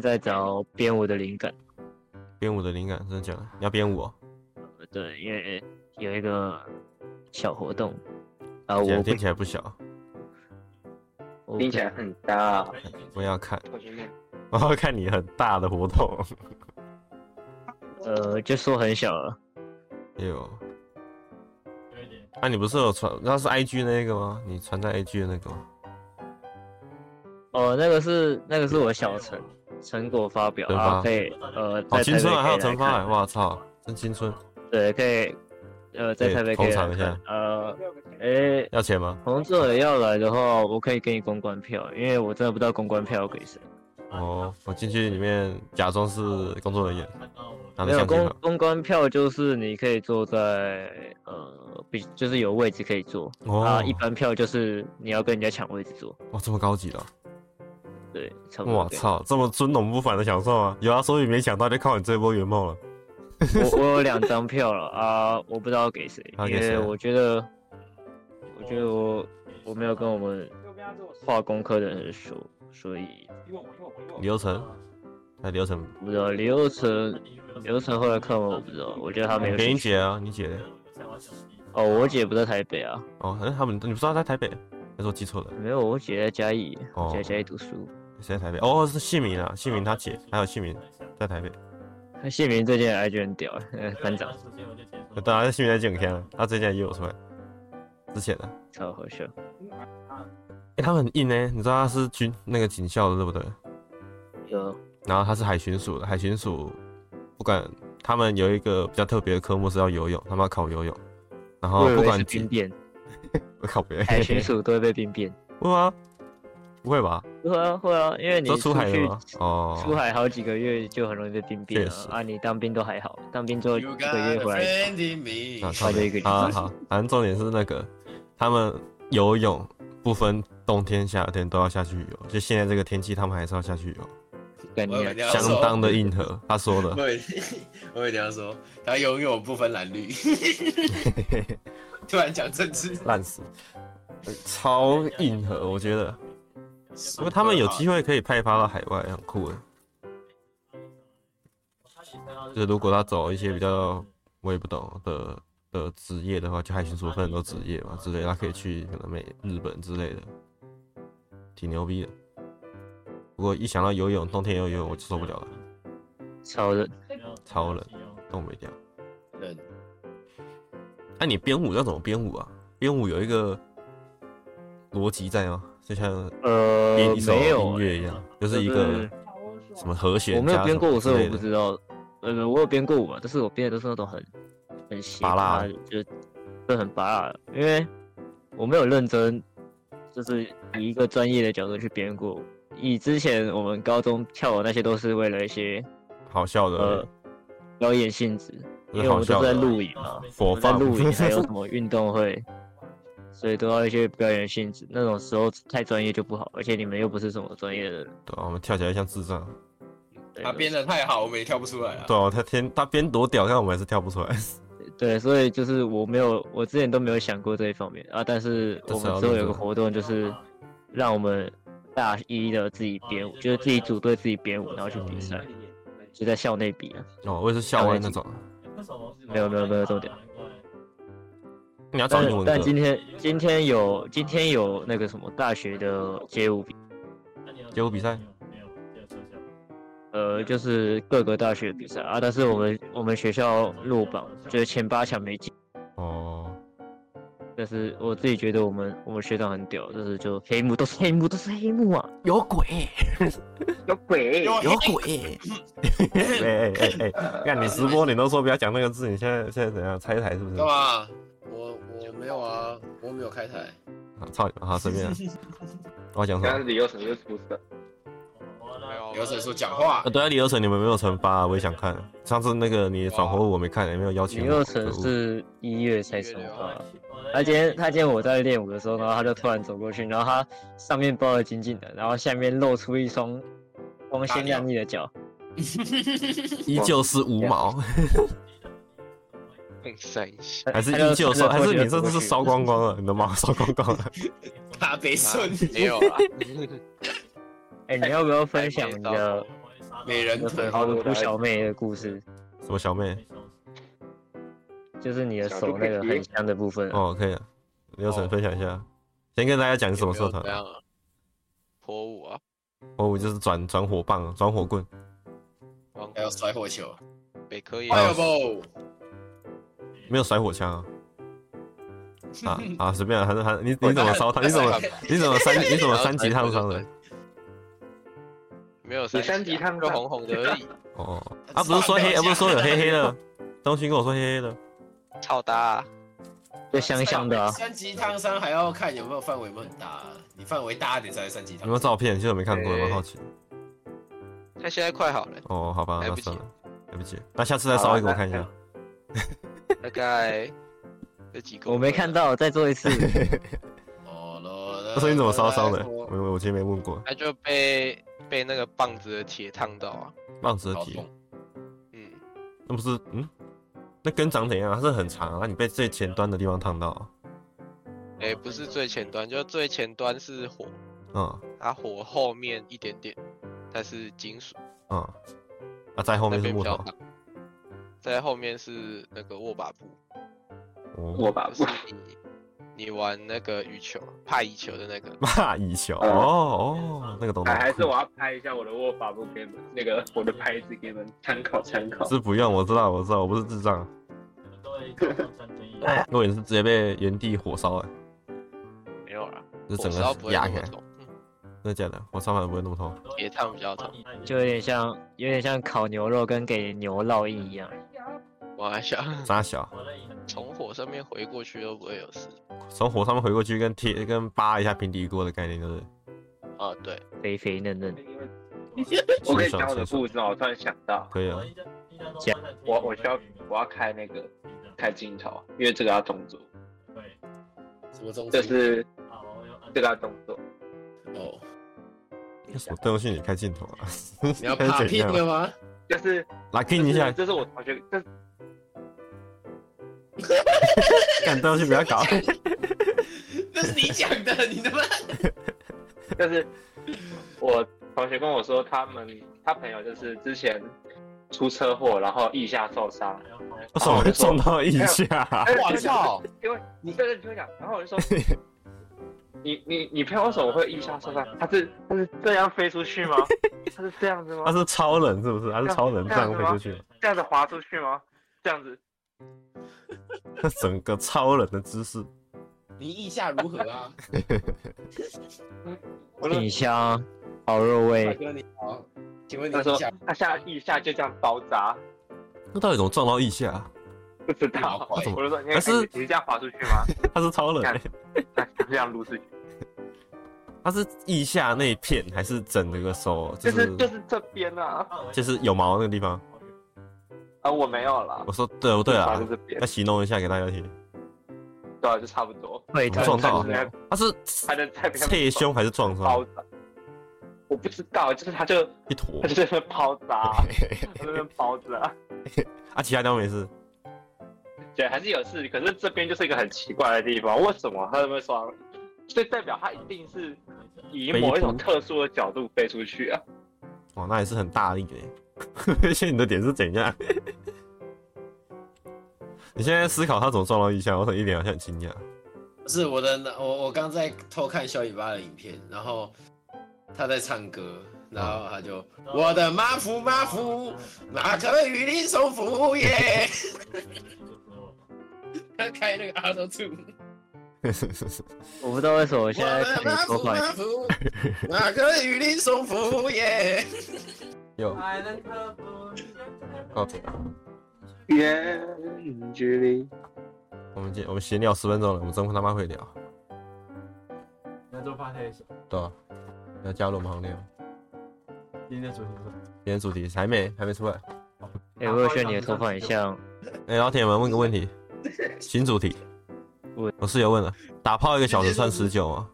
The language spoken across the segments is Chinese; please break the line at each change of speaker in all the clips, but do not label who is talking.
在找编舞的灵感。
编舞的灵感，真的假
啊
的？你要编舞哦？
呃对，因为有一个小活动啊，
听起来
我
听起来不小，
不
听起来很大。
啊
我也要看，
我觉得
我要看你很大的活动。
呃，就说很小了。
哎呦，啊，你不是有传，那是 IG 那个吗？你传在 IG 的那个吗？
哦，那个是那个是我小成成果发表
成
啊，
发
可以呃，
好
在
青春啊，还
台
有
北可以来
惩罚哎，
看
哇操，真青春！
对，可以呃，在
可以
台北可以
捧场
来
一下
看呃，诶，
要钱吗？
洪志伟要来的话，我可以给你公关票，因为我真的不知道公关票要给谁。
哦，我进去里面假装是工作人员，拿
没有
着相机
公
吧。
公关票就是你可以坐在呃，比就是有位置可以坐啊。
哦
一，般票就是你要跟人家抢位置坐，
哇，这么高级的哦！
对，差不多。
我！操，这么尊龙不凡的享受啊！有啊，所以没想到就靠你这波圆梦了。
我我有两张票了啊，我不知道给谁，
要给
因
谁
为
啊
我觉得，我觉得我我没有跟我们
啊
化工科的人说，所以
刘成，哎，刘成，
不知道李佑成刘成后来看我，我不知道，我觉得他没有
给
兴
你
趣。
姐啊，你姐。
哦，我姐不在台北啊，
哦，好像他们，你不知道他在台北，还是我记错了？
没有，我姐在嘉义，
哦
我姐在嘉义读书。
谁在台北？哦，是姓名啊，姓名他姐，还有姓名在台北。
那谢明最近的 IG 很屌，呃班长
当然，姓名在健康啊，他最近也有出来，之前的、
超好笑。
哎、他们很硬呢、你知道他是军那个警校的对不对？
有
然后他是海巡署的，海巡署不管他们有一个比较特别的科目是要游泳，他们要考游泳，然后
我以
哦不
为
管
是
几
兵变，
我考别人
海巡署都会被兵变。
会吗？不会吧？
会啊会啊，因为你
都出海
去
了吗？哦，
出海好几个月就很容易被兵变
确
了
实
啊！你当兵都还好，当兵之后一
You
个
got
月
a
回来，
friend
啊
in me
那。
他就一个礼拜
好好，反正重点是那个他们游泳不分冬天夏天都要下去游，就现在这个天气他们还是要下去游，
干你
我以为
娘
你要
相
说，
当的硬核。他说的，
我以为我以为你要说，他永远不分蓝 绿。突然讲政 治，
烂死，呃超硬核，我觉得。不过他们有机会可以派发到海外，很酷欸的。就是如果他走一些比较我也不懂的的职业的话，就海巡署分很多职业嘛之类的，他可以去可能美日本之类的，挺牛逼的。不过一想到游泳，冬天游泳哎我就受不了了，
超人
超冷，冻没掉。
人
那、你编舞要怎么编舞啊？编舞有一个逻辑在吗？就像
呃
编一首
没有
音乐一样，哎就是一
就是
个什么和弦
我没有
加
编
什么
过舞，
之
所以
类
我不
的
知道。呃，我有编过舞啊，但是我编的都是那种很很斜
拔辣
趴的，就就很拔辣的，因为我没有认真，就是以一个专业的角度去编过舞。以之前我们高中跳舞那些都是为了一些
好笑的，
呃表演性质，
就
因
是
为我
好
们都
笑
是在
的哦
录影
哦
嘛，
佛
我们在
放
录 影还有什么运动会，所以都要一些表演性质。那种时候太专业就不好，而且你们又不是什么专业的人。
对啊，我们跳起来像智障。
对
他编的太好，我们也跳不出来啊。
对啊，他天他编多屌，但我们还是跳不出来。
对，所以就是我没有，我之前都没有想过这一方面啊。但是
这
我
是要
们之后
认
有个
真
活动，就是让我们大一的自己编舞，就是自己组队自己编舞，然后去比赛，
嗯
就在校内比啊。
哦，我也是校外那种。
没有没有没有重点。
你要找
但
英文
但
歌
今，天今天有今天有那个什么大学的街舞比，
街舞比赛，
呃，就是各个大学比赛啊。但是我们我们学校落榜，就是前八强没进。
哦，
但是我自己觉得我们我们学长很屌，就是就黑幕都是黑幕都是黑幕啊。
有鬼，
有鬼，
啊
啊
有鬼！ 哎哎哎哎，看你直播，你都说不要讲那个字，你现在现在怎样拆台是不是
干？
啊
嘛？啊我我没有啊，我没有开台。
啊操你妈！好，随便 啊。我要讲什
刚
么
刚？李佑成就出事了，
啊刘晨说讲话
啊，，对啊，李友成你们没有惩罚啊，我也想看。上次那个你闯火我没看，也没有邀请
林
我。
佑成
可恶
是一月才惩
一月
罚
六，
他今天他今天我在练舞的时候，然后他就突然 走过去，然后他上面包的紧紧的，然后下面露出一双光鲜亮丽的脚，
依旧是五毛，
更晒一下。
还是
他就
依旧
穿
烧？
着
还是
拖鞋
你这
走
次
过
是
去
烧光光了？你的毛烧光光了？
他被
啊
顺。
没有啊，
哎、你要不要分享你
还没
的
美人腿，
好多小妹的故事，
什么小妹？
就是你的手那个很香的部分、啊。
哦，可以啊，刘
哦
晨分享一下，先跟大家讲什么社团
有没有这
啊。
样啊？
火舞啊，
火舞就是转转火棒、啊转火棍，
王
还有甩火球
北科也
哦
啊
哎
有
，Fireball，
没有甩火枪啊。啊啊，随便啊，还是还你你怎么烧他？你怎么你怎么 三你怎么三级烫伤的？？
没有啊
你三级烫
就
伤
红红的而已，
哦，啊，不是说黑，啊、不是说有黑黑的，东勋跟我说黑黑的，
超搭、啊，
就香香的啊，
三级烫伤还要看有没有范围有没有很大啊，你范围大一点才是三级
有
烫
没有
伤。
照片？其实我没看过，
哎
蛮好奇的。
他现在快好了，
哦，好吧，
来
那
不及
算了，来不及了，那下次再烧一个我看一下。
大概这几啊个
我没看，到，再做一次。
哦喽
呃
那说你怎么烧伤的？我我我其实没问过，
他就被被那个棒子的铁烫到啊，
棒子的
好
题，
痛
嗯，
哦那不是嗯，那根长怎样？它是很长啊，那你被最前端的地方烫到啊，
哎、不是最前端，就最前端是火，
嗯
它火后面一点点，它是金属，
嗯，啊，在后
那
面是
边比
木
较
头，
烫，在后面是那个握把布，
哦，
我吧
就
不
是你你玩那个羽球、派羽球的那个，
蚂蚁球，哦哦，那个东西
哎，还是
酷
我要拍一下我的握法不给你们那个我的拍子给你们参考参考。
是不用，我知道我知道，我不是智障，啊我也是直接被原地火烧哎，
没有啦，
就
火
整
烧
个
不会
压
那
开
么，痛，
真的假的？火烧反而不会那么痛，
铁烫比较痛。
就有点像，有点像烤牛肉跟给牛烙印一样。
我还想
扎小。
从火上面回过去都不会有事
从火上面回过去跟贴跟扒一下平底锅的概念，就是
啊。对，
肥肥嫩嫩，
我可以
清爽
讲我的
清爽
故事吗？我突然想到，
可以啊。
我我需要我要开那个开镜头，因为这个要动作，
什么中
就
间？
是这个要动作。
哦，
为什么邓旭你开镜头啊？
你要爬
怎
屁
样
的吗？
就是
来
就
听一下
是，这是我同学，这
看邓旭不要搞。
那是你讲的，你他妈
就是我同学跟我说，他们他朋友就是之前出车祸，然后腋下受伤，
为什么我就撞到一下？
哎
我操！
因为你这个人听我讲，然后我就说，你你你朋友为什么会腋下受伤？他是他是这样飞出去吗？他是这样子吗？
他是超人是不是？他是超人，这
这
样
样子
飞
吗
出去，
这样子滑出去吗？这样子，
他整个超人的姿势。
你意下如何 啊？
我说
挺香，好肉
大
味。
哥你好，请问你
他说
意下
他下腋下就这样包扎，
那到底怎么撞到一下？啊
不知
好
道。
快
怎？么
我就说你
但是
你是这样滑出去吗？
他是超人、欸
看他这样撸出去，
他是腋下那一片还是整个手？就
就
是是
就是这边啊，
就是有毛那个地方。
啊我没有了
我，说对不对
滑
啊
到？这边
要，形容一下给大家听，
对啊，就差不多。
会
怎么
痛
撞到
痛的
啊
他是
他就在边
侧胸还是撞
包
伤？
扎，我不知道，就是他就
一坨
他就在那边包扎，他在那边包扎，
啊，其他地方没事。
对，还是有事。可是这边就是一个很奇怪的地方，为什么他在那边说？所以代表他一定是以某一种特殊的角度飞出去啊！
哇，那也是很大力 的。而且你的点是怎样？ 你现在思考他怎么撞到一下，我很一脸好像很惊讶。
不是我的脑，我我刚在偷看小尾巴的影片，然后他在唱歌，然后他就、
哦
我的马夫马夫，马可与你手扶耶，他开那个 auto tune，
我不知道为什么我现在
我
看
的
你
马
说
夫
话，
马 夫，马可与你手扶耶，
有哦，
远距离，
我们今我们闲聊十分钟了，我们真他妈会聊，对吧、你要加入我们行列吗？今天主题还没还没出来。
哎、我有觉得你的头发很像，
哎、老铁们问个问题，新主题
问，
我室友问了，打炮一个小时算持久吗？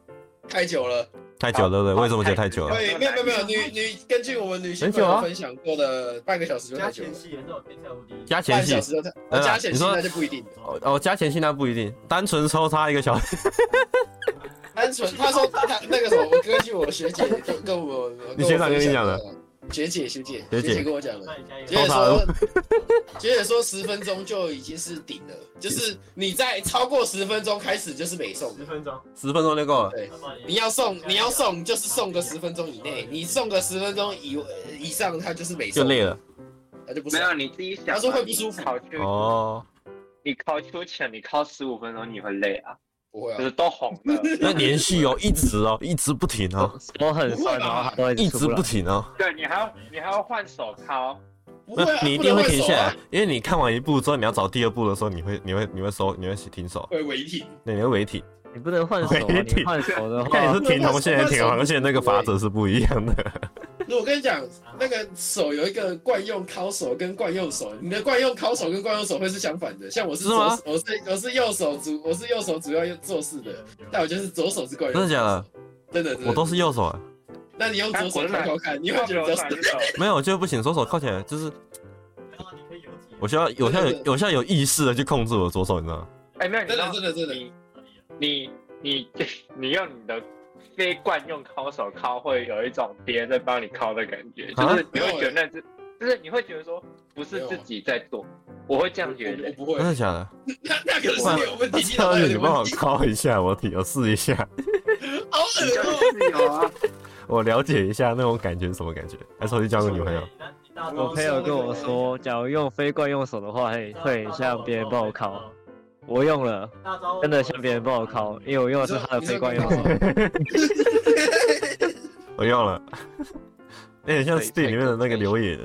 太久了，
太久了对不对？为什么觉得太久了？
对，没有没有没有，女女根据我们女性
很
朋
久啊
友分享过的，半个小时就太久了，
加前
半
戏
小，时就太，
哎
呃
呀
加显
你
示
说
那就不一定了。
哦哦，加前戏那不一定，单纯抽插一个小时。
单纯，他说他那个什么，根据我学姐跟跟我，
你学长跟你讲的
我分享
学姐学姐
学姐呃
跟我讲的，学
偷
姐
塔
说，学姐说十分钟就已经是顶了，就是你在超过十分钟开始就是没送的
十。分钟，
十分钟就够了。
对，你要送你要送就是送个十分钟以内，你送个十分钟以呃以上，他就是没
就
送，
累了
他就不
没
送。
有你自己想嘛，
他说会不舒服
你考秋，
哦。
你考秋前，你考十五分钟你会累啊，
不会
就是
啊，
都红了。
那连续哦，一直哦，一直不停哦，
手很酸，然后还会
一
直
直
出来
不停哦。
对你还要你还要换手铐，
不
那
会啊，
你一
不
定会
能换
停
手
下
啊
来，因为你看完一部之后，你要找第二部的时候，你会你会你会收，你会停手，
会违停。
那你会违停。
你不能换手啊，你
没停
换手的
看你
话
是停红线还是停黄哦线，那个法则是不一样的。
那我跟你讲，那个手有一个惯用敲手跟惯用手，你的惯用敲手跟惯用手会是相反的。像我是
是
左
吗
手，我是我是右手主，我是右手主要用做事的，但我就是左手是惯用。
真的假的？
真的，真的
我都是。右手啊，
那你用左手敲敲看，你会觉得比较爽。
没有，我就不行，手手铐起来，就是我需要，有需要有，有需要有意识的去控制我的左手，你知道吗？
哎，没有，你
真
知道
的，真的，真的。
你你你你用你的非惯用敲手敲，会有一种别人在帮你敲的感觉，就
啊
是你会觉得那是，就是你会觉得说不是自己在做，我会这样觉
我
得。
不会
真，的假的？
那那可能是你 有问题，你脑
下
袋
次
有
你
点
帮
问
我
题。
敲一下，我体我试一下，
好恶
你
哦、
就是有啊，
我了解一下那种感觉是什么感觉。还是我去交个女朋友？
我朋友跟我说，假如用非惯用手的话，会会像别人帮我敲。我用了，真的像别人帮我敲，因为我用的是他的非惯用手。
我 用了，有点像
对
Steam 里面的那
太
个
酷
留言的。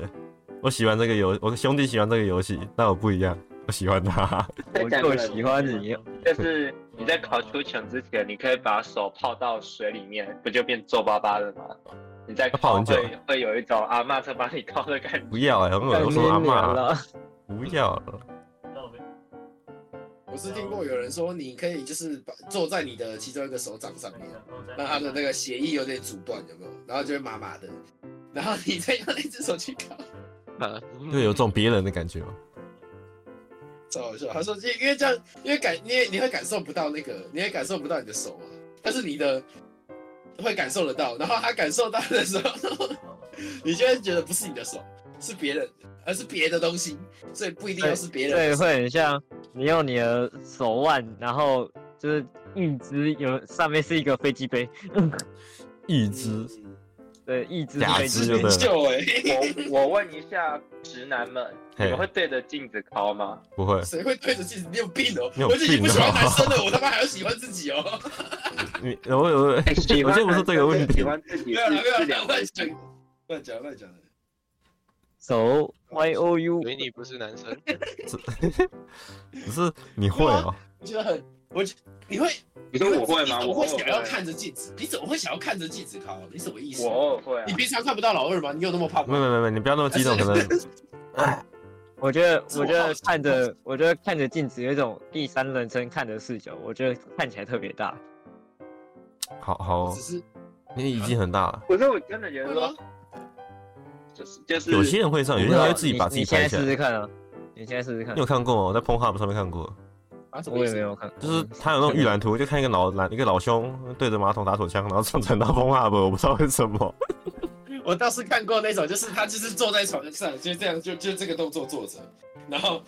我喜欢这个游，我兄弟喜欢这个游戏，但我不一样，我喜欢它。
我就喜欢你，
就是你在考秋千之前，你可以把手泡到水里面，不就变皱巴巴的吗？你在
泡
敲
很久
会会有一种阿嬷在帮你敲的感觉。
不要哎、很恶
干
心，我
你
说阿
娘
妈，
了，嗯
不要啊了。
我是听过有人说，你可以就是把坐在你的其中一个手掌上面，让他的那个血液有点阻断，有没有？然后就会麻麻的，然后你再用那只手去搞，
啊，
就有种别人的感觉吗？
超好笑。他说，因为因为这样，因为感，因为你会感受不到那个，你会感受不到你的手啊，但是你的会感受得到。然后他感受到的时候， 你就会觉得不是你的手，是别人的，而是别的东西，所以不一定要是别人
对，
的手。
会很像你用你的手腕，然后就是一只有上面是一个飞机杯，
一
嗯
只
对，一只
假
飞
肢
机
就
杯
对。了
秀哎、
我我问一下直男们，
嘿
你们会对着镜子敲吗？
不会，
谁会对着镜子？你有病哦、
你有
我已经不
病哦
喜欢男生了，我他妈还要喜欢自己哦、
你我我 我
哎喜
我
欢
就不是这个问
喜
题，
欢自
没
己
有啦，没有
是
啦
是两回
乱
事。
讲，乱讲，乱讲的。
手 Y O U，
所以你不是男生，
只是你会
啊
哦、
我觉得很，我觉你会，
你说我会 吗？
你怎么
我会
会想要看着镜子？你怎么会想要看着镜子考？你什么意思
我？偶尔会啊
你。平常看不到老二吗？你有那么胖
没
吗？
没没没，你不要那么激动，可能
我觉得，
自
我
我
觉
好
得
奇
看着，我觉得看着镜子有一种第三人称看的视角，我觉得看起来特别大。
好好
只，是
你已经很大了。
可是我真的觉得
会吗
说，？就是就是
有些人会嗯上，有些人会自己
你
把自己
你现
拍
在
起
试
来
试。看啊！你现在试试看
你有，看过吗？我在 p o n h u b 上面看过，
啊，什么
我
意
也
思
没有看，嗯
就是他有那种预览图，就看一个老男一个老兄对着马桶打手枪，然后上传到 p o n h u b 我不知道为什 么。
我倒是看过那种，就是他就是坐在床上，就这样，就就这个动作坐着，然后，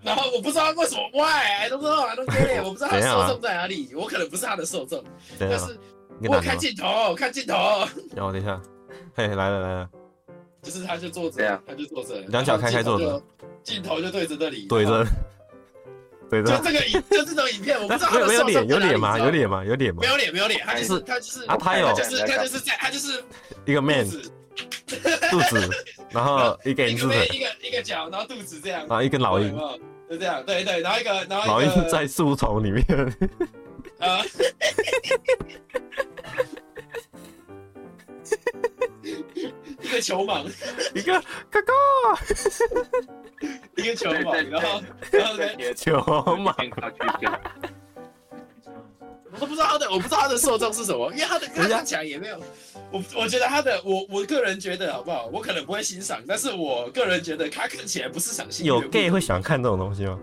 然后我不知道为什么，why I don't know, I don't get it，我不知道他
怎样啊
受众在哪里，我可能不是他的受众，
等一
但
下，
是
你
我
个男的
看
吗？
镜头，看镜头，
让我等一下，嘿，来了来了，
就是他就坐
对
着
啊，
他就坐着，
两脚开开坐着
然后镜头就，镜头就对着那里，
对着， 对
然
着
后，就，这个影，就这种影片，我不知道他
没
的
有没有
受众在哪
脸
里
有脸吗？有，
你知道
脸吗？有脸吗
没？有脸，没有脸，他就是
是
他就是
哎
啊，他有
他就是他就是在他就是
一个 man
肚子
肚子，然 后一个人
一个
字
背
腿，
一个一个脚，然后肚子这样
然，后一根老
有
鹰
没，有？就这样，对对，然后一个然后
老
一
鹰
个
在树丛里面，
呃，一个球蟒，
一个哥哥
一个球
对对
蟒，
对
然后啊然后呢，
对
球嘛，
健康去健康
我都不知道他的，我不知道他的受众是什么，因为他的
人
跟
家
他讲也没有，我我觉得他的，我我个人觉得好不好？我可能不会欣赏，但是我个人觉得他看起来不是赏心悦
有
目
gay 会，想看这种东西吗？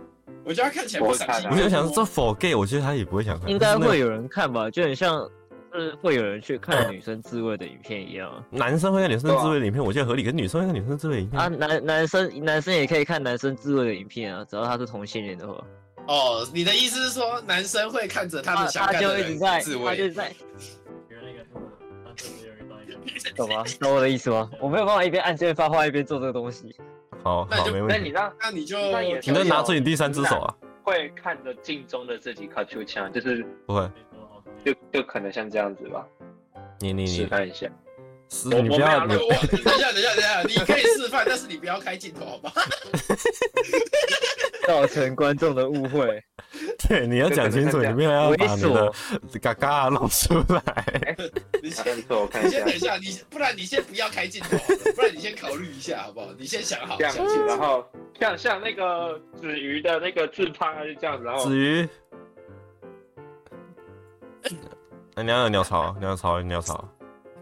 我觉得他看起来不赏心悦
我
目，
我就想说这 for gay，我觉得他也不会想看，
应该会有人看吧？就很像是会有人去看女生自慰的影片一样啊。
男生会看女生
对啊
自慰的影片，我觉得合理，跟女生会看女生自慰的影片
啊，男男生男生也可以看男生自慰的影片啊，只要他是同性恋的话，
哦，你的意思是说男生会看着他
他
们想
他
看
就
的
一直
人
在，
自
他就
慰
是？在，懂吗？懂我的意思吗？我没有办法一边按键发话一边做这个东西。
好
那
好，
就
没
那
问
你
题。
让
那你就
那也
你能拿出
最
你第三只手啊？
会看着镜中的自己卡丘枪，就是
不会，
就就可能像这样子吧，
你你
示
你，
范一 下。
是
我
你不
我没有
要
那
你
个
我 我等一下，等一下，等一下，你可以示范，但是你不要开镜头，好吧？
造成观众的误会。
对，你要讲清楚，你没有要把你的
猥
嘎嘎弄出来。
你
啊
先，
没错，我看
你
一
先
下
等一下，你不然你先不要开镜头好了，不然你先考虑一下，好不好？你先想好，
这样
想清
子，然
楚。
后像像那个子瑜的那个自拍就这样子，然后
至于，哎，你要有鸟巢，鸟巢，鸟巢。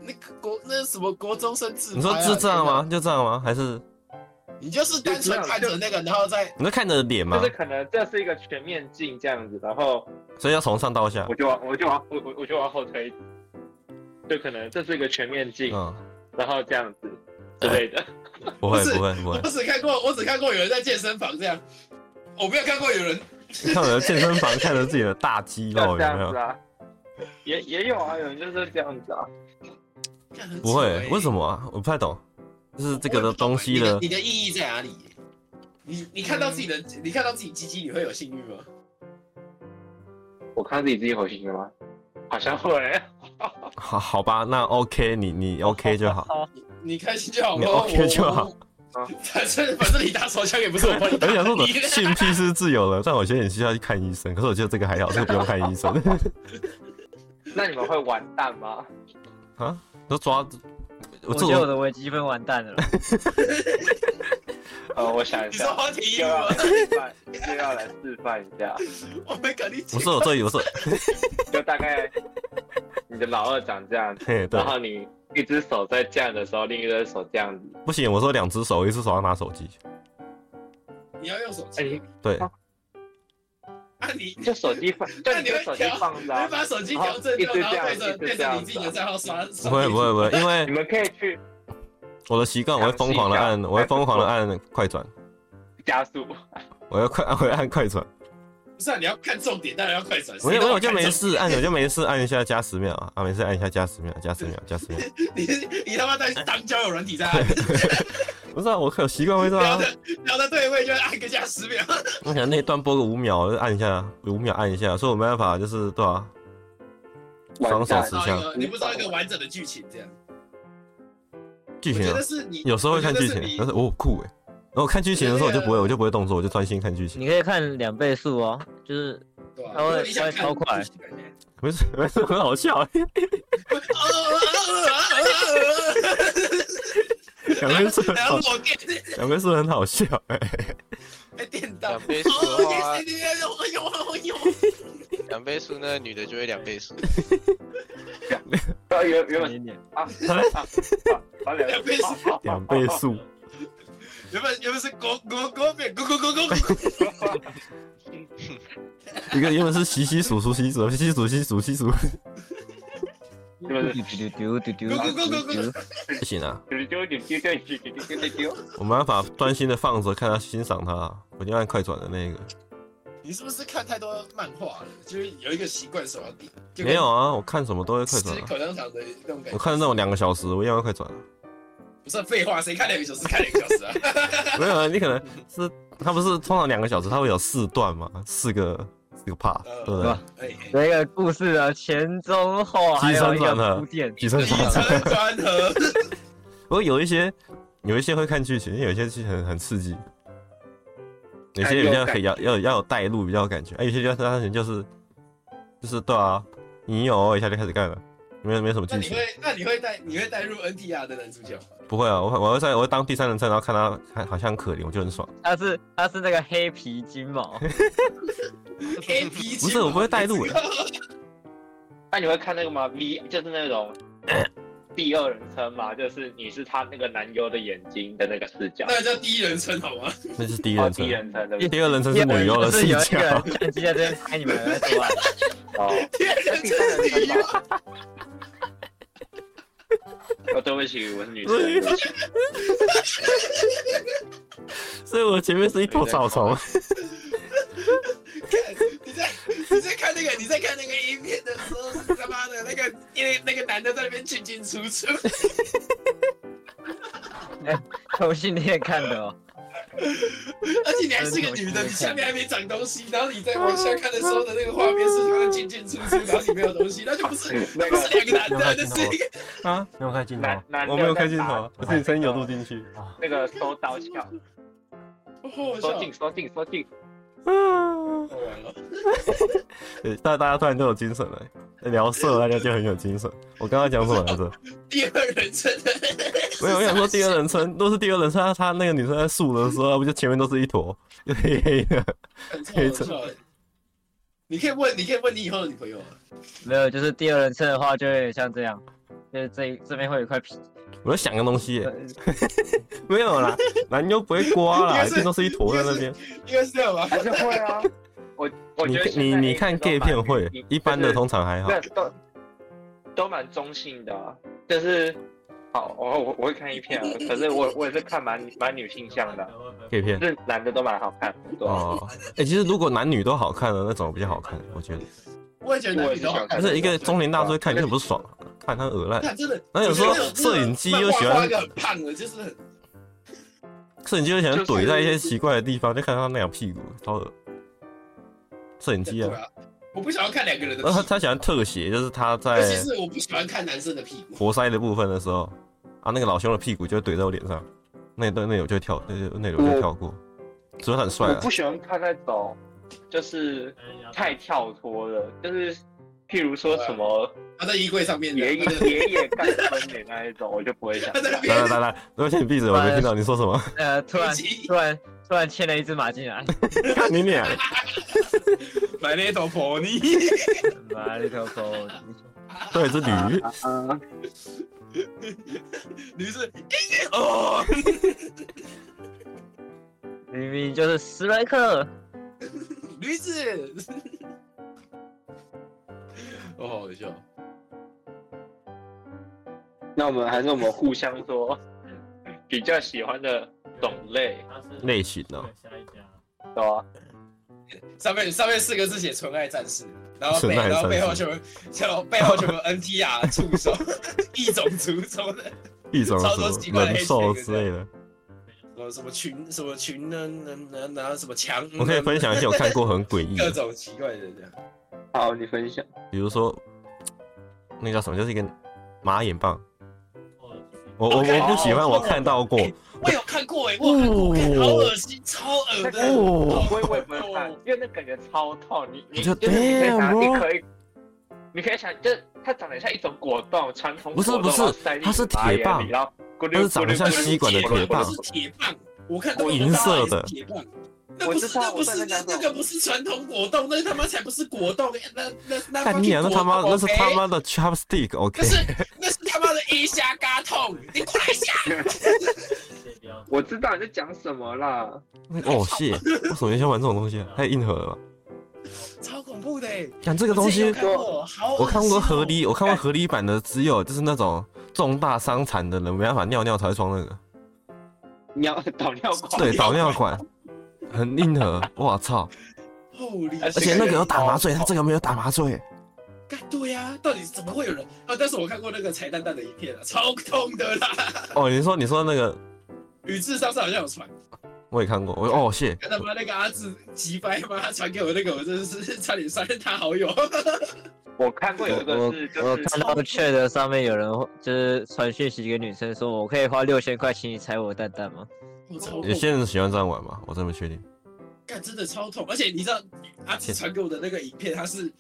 那个国那什么国中生自拍啊、
你说就这样吗？就这样吗？还是
你就是单纯看着那个，然后再
你是看着脸吗
就？是可能这是一个全面镜这样子，然后
所以要从上到下
我。就往我就往我我我就往后推，就可能这是一个全面镜，
嗯，哎
然后这样子之类的。
不会
不是
不会不会
我。只看过，我只看过有人在健身房这样，我没有看过有人
你看我的健身房，看着自己的大肌肉，有
像这
没有
样子？啊，也也有啊，有人就是这样子啊。
干很扯
不会
欸，
为什么啊？我不太懂，就是这个
我也
的
不懂
东西
欸
的
你，的你的意义在哪里？你你看到自己的，你看到自己鸡鸡，你会有性欲吗？
我看自己自己火星的吗？好像会。
好好吧，那 OK，你你 OK 就好。
你你开心就好，
你
我
OK
我
就好
我反正反正你打手枪也不是我帮你打
而且说的
你
性癖是自由的，但我觉得你需要去看医生。可是我觉得这个还好，这个不用看医生
那你们会完蛋吗？
啊。都抓，我
我
这
觉得我
种
的微积分完蛋了。
呃，我想一
你说
下，
花田一
又要
吗
来？示范，又要来示范一下，
我没跟你
不
讲
是。 我这里，我是
就大概你的老二长这样，
嘿对
然，后你一只手在这样的时候，另一只手这样子。
不行，我说两只手，一只手要拿手机，
你要用手机
哎、你
对，
啊？你
就手机放，就你的手机放着啊、
你把手机调正掉，
一直
然后
这样
对着
一直
对
这
着
样
你自己的账号刷。
不会不会不会，因
你
为
们可以去
我的习惯，我会疯狂的按，我会疯狂的按快转，
加速，
我要快，我会按快转，
不是啊，你要看重点，当然要快转。
我我我就
谁都要看
没
重
事按，我就没事按一下加十秒啊，啊没事按一下加十秒，加十秒，加十秒，
点。你你他妈在当交友软体在按，
不是啊，我有习惯会这
然
样
后
啊。
在然后在对位就按个加十秒。
我想那一段播个五秒，我就按一下，五秒按一下，所以我没办法，就是对吧、双手
完
指
蛋
找一个
向
你不知道一个完整的剧情这样。
剧
我
情
觉
啊
得，是你
有时候会看剧情，但是哦酷哎，然后我看剧情的时候我就不会，我就不会动作，我就专心看剧情。
你可以看两倍速哦，就是他会
你想
他会超快
没事没事，很好笑，欸两边是很
然后
好，
我给
两边是很好笑哎。
被电到
两。倍速
哦，
的话
也，是我有我有。
两倍速那个女的就会两倍 速。
呃，原原本
一点
啊啊啊，
两倍速
两倍速，
原本原本是国国国变国国国国，
一个原本是洗洗数数洗数洗数洗数洗数，
是不
丢丢
是？
丢丢丢丢丢，
不行啊，
丢丢丢丢丢丢丢丢丢丢，
我没办法专心的放着看他欣赏他，我就按快转的那个。
你是不是看太多漫画了？就是有一个习惯手要点，就跟
没有啊，我看什么都会快
吃
转啊，
口香糖的那种感
我
觉。
看那种两个小时，我一样会快转啊。
不是废话，谁看两个小时？看两个小时啊！
没有，啊，你可能是他不是通常两个小时，他会有四段嘛，四个四个 part，
呃
对不对
哇？
哎，
有一个故事的前中后，还有一个铺垫。
几
起
声响。
承转合，
不过有一些有一些会看剧情，因为有一些剧情很很刺激，有些比较可以要要要有代入，比较有感觉。哎、有些就当然就是就是对啊，你有一下就开始干了，没有没什么剧
那你
情。
会那你会带你会带入 NTR 的男主角吗？
不会啊，我我会在我会当第三人称，然后看他看好像很可怜，我就很爽。
他是他是那个黑皮金毛，
黑皮
不是，我不会带入、欸，
那你会看那个吗？V 就是那种第二人称嘛，就是你是他那个男优的眼睛的那个视角，
那叫第一人称好 吗？
那就是第一
哦，
人
第
称
一。人称对不对？
第二人称是女优的
就是
视
有一个
角
人，相机在这边拍你们在做爱，
哦，
第二人称是女优，
哦，对不起，我是女生。对不起
所以我前面是一坨草丛，
你在你在看那个你在看那个影片的时候，是他妈的那个因为那个男的在那边进进出出，
同性恋看的哦，
而且你还是个女的，你下面还没长东西，然后你再往下看的时候的那个画面是他妈进进出出，然后你没有东西，那就不是 那
那
不
个
是两个男的，那是一个
啊，没有开镜
男男的
我没有开镜头，
在打
可是你声音有录进去啊。
那个收刀鞘，
哦我笑
收进，收进，收进。
好玩哦
对，大大家突然都有精神了、聊色大家就很有精神。我刚刚讲什么来着？
第二人 称的，
没有，我想说第二人称，都是第二人称，他他那个女生在数的时候，不就前面都是一坨黑黑的？
很超好笑的。你可以问，你可以问你以后的女朋友啊。
没有，就是第二人称的话就会像这样，就是这这边会有一块皮，
我在想个东西耶、没有啦，男优不会刮啦，一定都是一坨在那边。
应该是这样吧？
还是会啊。 我我
你
觉得
你
现在
你看 gay 片会，一般的通常还好。
那都都蛮中性的、啊，就是好，我我我会看一片 啊，可是我我也是看蛮蛮女性向的啊、
gay 片
就是男的都蛮好看的，对啊、
哦，哎、其实如果男女都好看的那种比较好看，我觉得。
我也觉得男女都好看
不
我也
是一个中年大叔看，你
对
就不爽，啊看他恶烂。
看真的。
那有时候
我觉得这种
摄影机
漫
又喜
画画
欢
一个很胖的，就是很
摄影机就想
就是
怼在一些奇怪的地方，就看他那两屁股，超恶。摄影机
对
啊，
啊。我不想要看两个人的
然后
屁
他他喜欢哎特写，就是他
股，
在
尤其是我不喜欢看男生的屁股。
活塞的部分的时候，啊，那个老兄的屁股就会怼在我脸上，那那那我就会跳，那那我就会跳过。除非他很帅
我
啊
不，喜欢看那种就是太跳脱了，就是譬如说什么
他在衣柜上
哎
面的，
爷爷
他的
爷爷干分的那一种，我就不会想
他。在 那
来
边
来来来，而且你闭嘴，我没听到你说什么。
呃，突然
手机
突然突然牵了一只马进 来，
看你脸，
买那头婆尼。
马里头狗，
对，是驴。
女生哦，
明明就是史莱克，
驴子， 哦，好好笑。
那我们还是我们互相 说比较喜欢的种类，
类型哦
对啊吧、
上面上面四个字写“纯爱战士”，然后背
纯爱战士
然后背后全部，然后背后全部 NTR 触手， 异种族什么的，
一种
超多
什
奇
么
怪的
人
黑
兽
线
之类的。
什么什么群什么群呢，然后然后什么墙，
我可以分享一些我看过很诡异的
各。种奇怪的这样。
好，你分享。
比如说那叫什么，就是一个马眼棒。我我我不喜欢，我看到过，
我有看过哎、我有看过，看好恶心，超恶的。
哦
我我也不能看，因为那感觉超痛，你你
就
就是你可以想，
damn，
你可以，你可以想，就是它长得像一种果冻，传统
不是
果冻
不是
然后塞进
它是
你的马眼
铁棒
里然后咕噜
它是长得像
我
咕噜咕噜
吸管的铁棒哦
我是铁棒，我看到
银色的
铁棒。那不
我
是
知道
那不是
我知道
那那个不是传统果冻，那他妈才不是果冻，欸那那那
看你啊，那他妈那是他，
fucking
妈的 chopstick，OK，、
果冻 OK？那是那是他妈的一虾嘎痛，你过来一下，
我知道你在讲什么啦，
哦谢，为什么原先玩这种东西、啊？太硬核了吧？
超恐怖的欸。
讲这个东
我
西
之前有，看过好恶心哦
我看过合理，我看过合理版的，只有就是那种重大伤残的人没办法尿尿才会装那个，
尿 导尿管，
对，导尿管，很硬核，我操！
，Holy
而
而且
shit
那个有打麻醉，他这个没有打麻醉，
干对呀、到底怎么会有人啊？但是我看过那个彩蛋蛋的影片啊，超痛的啦！
哦，你说你说那个
宇智上次好像有传，
我也看过，我哦谢，
看他妈那个阿志急掰吗？他传给我那个，我真的是 差点删他好友。
我看过有一
我
个是
我
就是
看到 chat 上面有人就是传讯息给女生说，我可以花六千块请你踩我蛋蛋吗？
我超
有
痛，
些人喜欢这样玩吗？我真不确定。
干真的超痛，而且你知道阿志传给我的那个影片，他是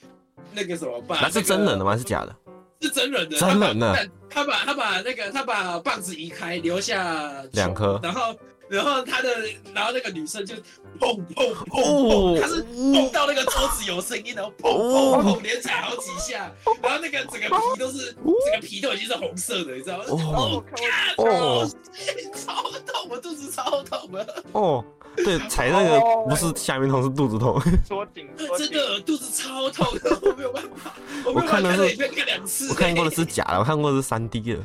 那个什么把
那是真人的
吗？
吗？还是假的？
是真人的，
真人的
他把。他把他把那个他把棒子移开，留下球
两颗
然后然后他的然后那个女生就砰砰砰
哦
砰，她是碰到那个桌子有声音，然后砰
哦
砰砰连踩好几下，然后那个整个皮都是整个皮都已经是红色的，你知道吗？
哦
哦，看
哦，
超痛，我肚子超痛的，
哦， 对，踩那个不是下面痛，是肚子 痛。
缩紧缩
真
紧，
的肚子超痛的，我没有办法，我
我
没有办法
看的
看
是
了一遍看两次，
我看过的是假的，我看过的是三 D 的。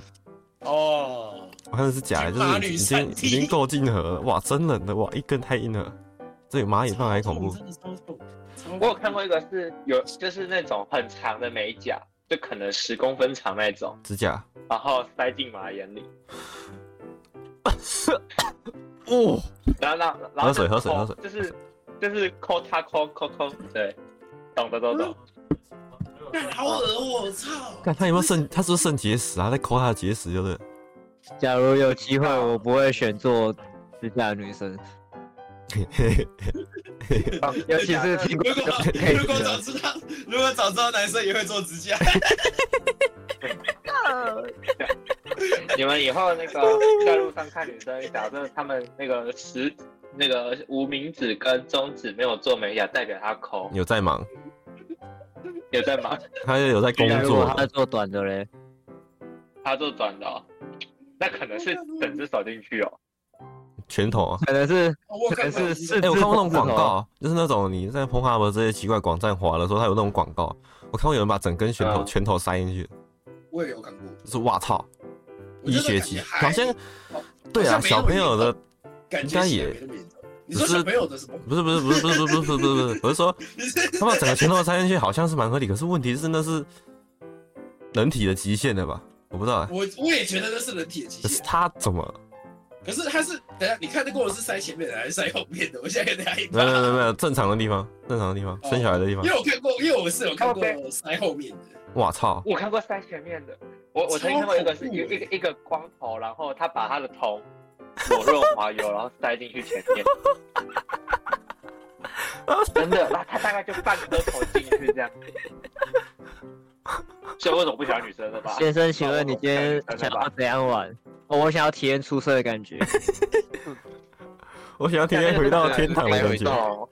哦，
我看的是假的，
金马
就
女
是已
三
经已
D
经够近核了，哇，真人的哇，一根太硬 了，这比蚂蚁饭还恐怖。
真的超痛，超
我有看过一个是有，就是那种很长的美甲，就可能十公分长那种，
指甲，
然后塞进马眼里，
哦，
然后让然
喝
后
水喝水
就
喝
抠
水
就是就是抠它抠抠抠，对，懂的都懂。
痛，好恶哦我操！
看他有没有肾，他是不是肾结石啊？在抠他的结石，就是
假如有机会，我不会选做指甲的女 生，
嘿嘿嘿
尤其是听过
如 果
配
如果早
的，
知道，如果早知道男生也会做指甲，
你们以后那个在路上看女生，假设他们那个食那个无名指跟中指没有做美甲，代表他抠
有在忙，
也在忙，
他也有在 工
假如
作
果，她做短的嘞，
他做短的、哦，那可能是整只手进去哦。
拳头 啊。
可能是
哦我
可
看
能
过
是四
哎、
肢
我看过那种
手指头
广告，就是哦那种你在 p o n h u b 这些奇怪网站滑的时候，他有那种广告。我看过有人把整根拳头、
嗯
拳头塞进去，
我也有看过
就是哇操，
我
医
觉
学
得感
级，
觉
好
还
像对啊，
好像没那
小
么
朋友的
感
应
觉
该
起来
也
没那么严重。你
只
说小
是
朋友的什么？
不是不是不是不是不是不是不是不是，我是说
你是
他把整个拳头塞进去好像是蛮合理，可是问题是那是人体的极限了吧？我不知道、啊，
我我也觉得那是人体的极
可是
限，
他怎么？
啊可是他是等一下你看那个我是塞前面的还是塞后面的？我现在给大家一
没有没
巴，
有没有，正常的地方，正常的地方，生小孩的地方
因。为我看过，因为我是有看过
OK
塞后面的。
哇操！
我看过塞前面的，我
超
我曾经看过一个是
恐
一
怖
个一个一个光头，然后他把他的头抹润滑油，然后塞进去前面。真的，那他大概就半颗头进去这样。所以为什么不喜欢女生了吧？
先生，请问你今天想要怎样玩？哦，我想要体验出色的 感觉。
我想要天天回到天堂的
没
感
回
觉。
哦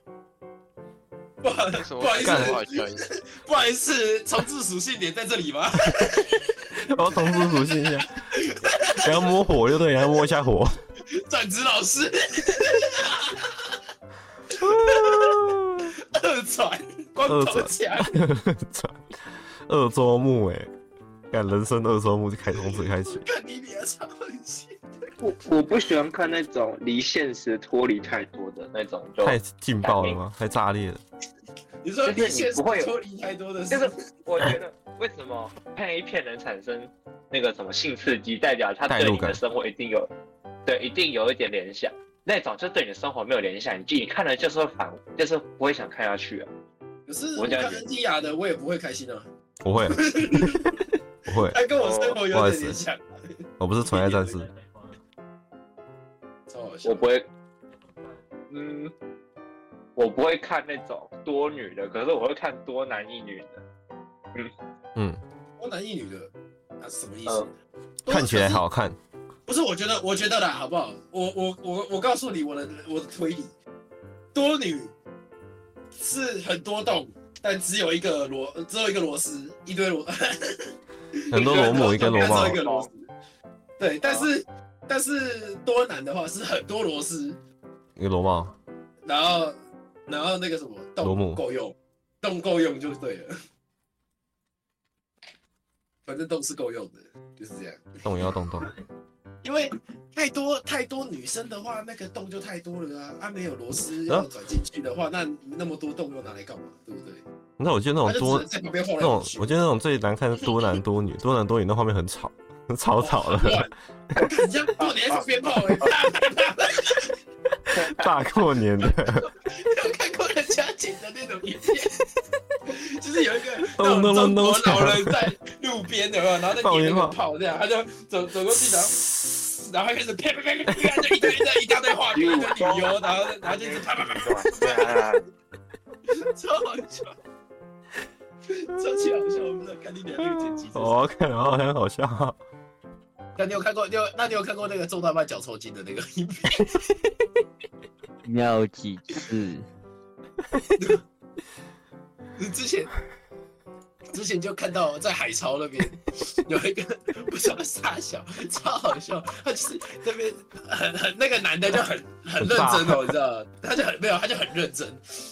到，
不好
为什么
不好意
干
不
思
好，意思，
不好意思，重置属性点在这里吗？
我要同步属性一下，给他摸火就对，给他摸一下火。
转职老师，二传光头强，
操二周目哎、干人生二周目就开从此开启。
看你脸超恶心。
我我不喜欢看那种离现实脱离太多的那种，就
太劲爆了吗？太炸裂了！
你说
就是
你
你
现实
不会有
脱离太多的事，
就是我觉得为什么看一片人产生那个什么性刺激，代表他
代
对
入
你
感
的生活一定有，对，一定有一点联想。那种就对你的生活没有联想，你你看了就是会反，就是不会想看下去啊。
可是我
我
看
讲
安迪亚的，我也不会开心啊。
我会、啊，我会，
他跟我生活有点联想，
我不是纯爱战士，
超好笑
我。不会，嗯，我不会看那种多女的，可是我会看多男一女的。
嗯，
我男一女的，啊什么意思
呃？
都
看起来好看，
不是，我觉得，我觉得啦，好不好？我我我我告诉你我的我的推理，多女是很多洞，但只有一个螺，只有一个螺丝，一堆螺，
很多螺 母一根螺帽
只有一，个螺丝。对，但是但是多男的话是很多螺丝，
一个螺帽，
然后然后那个什么
螺
洞
母
够用，洞够用就对了，反正洞是够用的，就是这样。
动也要动动。
因为太多太多女生的话，那个洞就太多了啊，啊没有螺丝要转进去的话，那那么多洞又拿来干嘛？对不对？
你知道我觉得那
他
种
就
多
只能在旁边晃
那
来
种
晃，去
我，觉得那种最难看是多男多女，多男多女那画面很吵，吵啊吵 的，
哇，看人家过年放鞭 炮哎、
大过年的，
有看过人家剪的那种影片，就是有一个那
咚
种
咚
中
咚
国
咚
老人在路边的，有没有然后在
放
点那
鞭
个
炮
炮这样，他就走走过去，然后然后他开始啪啪啪啪啪，就一堆一堆一大堆画面，一堆旅游，然后然后就一直啪啪啪，
对啊，
超好笑，超级好笑，我们在看你俩那个剪辑。
我要看，好像好笑啊。
那你有看过？你有那你有看过那个中大麦脚抽筋的那个影片？
要几次？
你之前之前就看到在海潮那边有一个不知道傻小，超好笑。他就是那边很很那个男的就很很认真哦，你知道吗？他就很没有，他就很认真，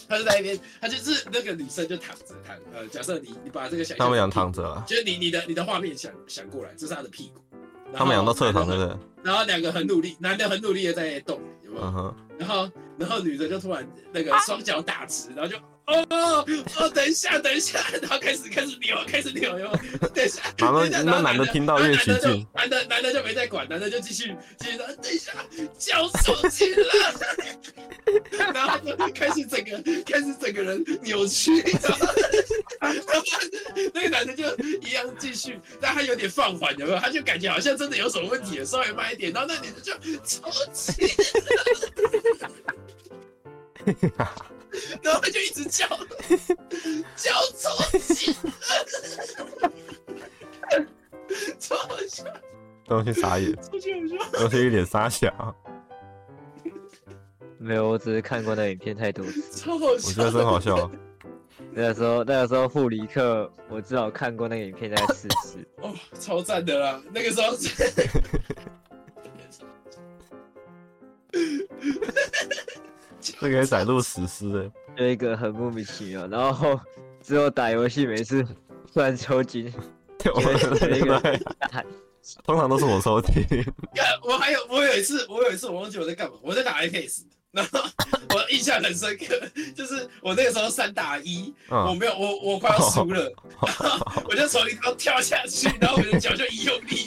他就在那边，他就是那个女生就躺着躺呃，假设你你把这个想象
他们俩躺着了，啊
就是你你的你的画面想想过来，这是他的屁股，
他们俩都侧躺对不对？
然后两个很努力，男的很努力的在动，有没有？
嗯哼，
然后然后女的就突然那个双脚打直，然后就哦哦哦，等一下等一下，然后开始开始扭，开始扭，然后等一下，
然后
等一下
那男的听到越起劲，，
然后男的就男的男的就没再管，男的就继续继续说，等一下脚抽筋了，然后就开始整个开始整个人扭曲，然后然后那个男的就一样继续，但他有点放缓，有没有？他就感觉好像真的有什么问题，稍微慢一点，然后那女的就抽筋。然后他就一直叫，叫抽筋，超好笑，
东西傻眼，
超级好笑。
东西一脸傻笑。
没有，我只是看过那影片太多次。
超好笑，
我觉得真好笑，啊
那个时候，那个时候护理课，我至少看过那个影片大概四次。
哦，超赞的啦！那个时候是，
这个也载入史诗哎。
就一个很莫名其妙，然后之后打游戏每次突然抽筋，
我对，通常都是我抽筋，
干我还有我有一次，我有一次我忘记我在干嘛，我在打 iPad，然后我印象很深刻，就是我那个时候三打一，我
嗯，
没有我我快要输了，然后我就从一高跳下去，然后我的脚就一用力，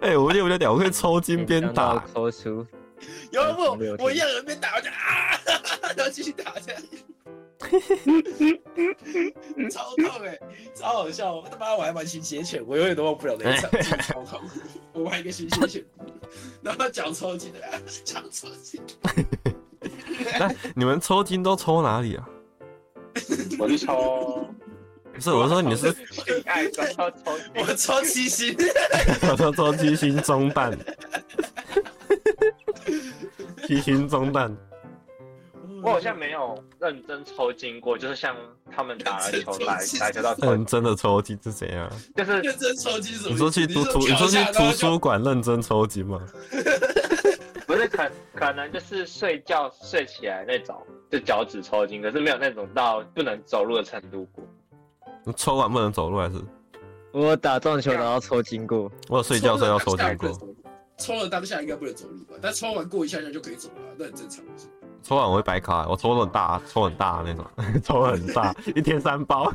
哎，我就有点屌，我可以抽筋边
想到
打，
抽搐，
然后我我一样人被打，我就啊， 然后继续打下 去，超痛哎、超好笑！我他妈我还玩寻血犬，我永远都忘不了那一场，
哎
真的超痛！我玩一个寻血犬，然后脚抽筋的，啊脚抽筋，
你们抽筋都抽哪里啊？
我是抽，
不是，我说你是，
性爱抽抽抽，
我抽七星，
我说抽鸡心中弹，鸡心中弹，
我好像没有认真抽筋过，就是像他们打篮球 来来球到抽
认真的抽筋是怎样？
就是
认真抽筋什么意思？
你说去读图，你
跳
说去
下然
图
后
书馆认真抽筋吗？
不是可可能就是睡觉睡起来那种，就脚趾抽筋，可是没有那种到不能走路的程度过。
你抽完不能走路还是？
我打撞球然后抽筋过，
我有
就
睡觉时候要抽筋过，
抽了当下应该不能走路吧？但抽完过一下下就可以走了，那很正常。
抽完我会白卡，我抽的很大，抽很大那种， 抽很大，一天三包，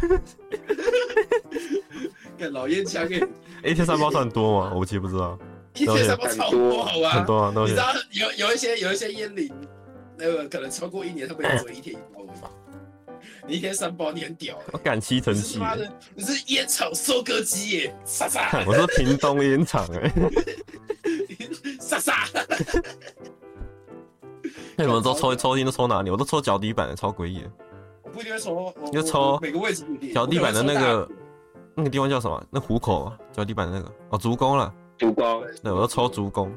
看老烟枪 哎，
一天三包算多吗？我其实不知道，
一天三包超多好吧？
很多啊，都
你知
是
道有有一些有一些烟龄，那个可能超过一年，他们也只会一天一包而已。你一天三包，你很屌、欸
我，感七成
你是
气耶
他妈，的，你是烟草收割机耶，莎 莎
看我是屏东烟厂哎，
莎莎，
那你们都抽抽筋都抽哪里？我都抽脚底板，超诡异的，
我不一定会抽，哦我
就抽
我每个位置不一定。
脚底板的那
我
个
可能会抽
那个地方叫什么？那虎口啊，脚底板的那个哦，足弓了，
烛光，
对，我都抽足弓，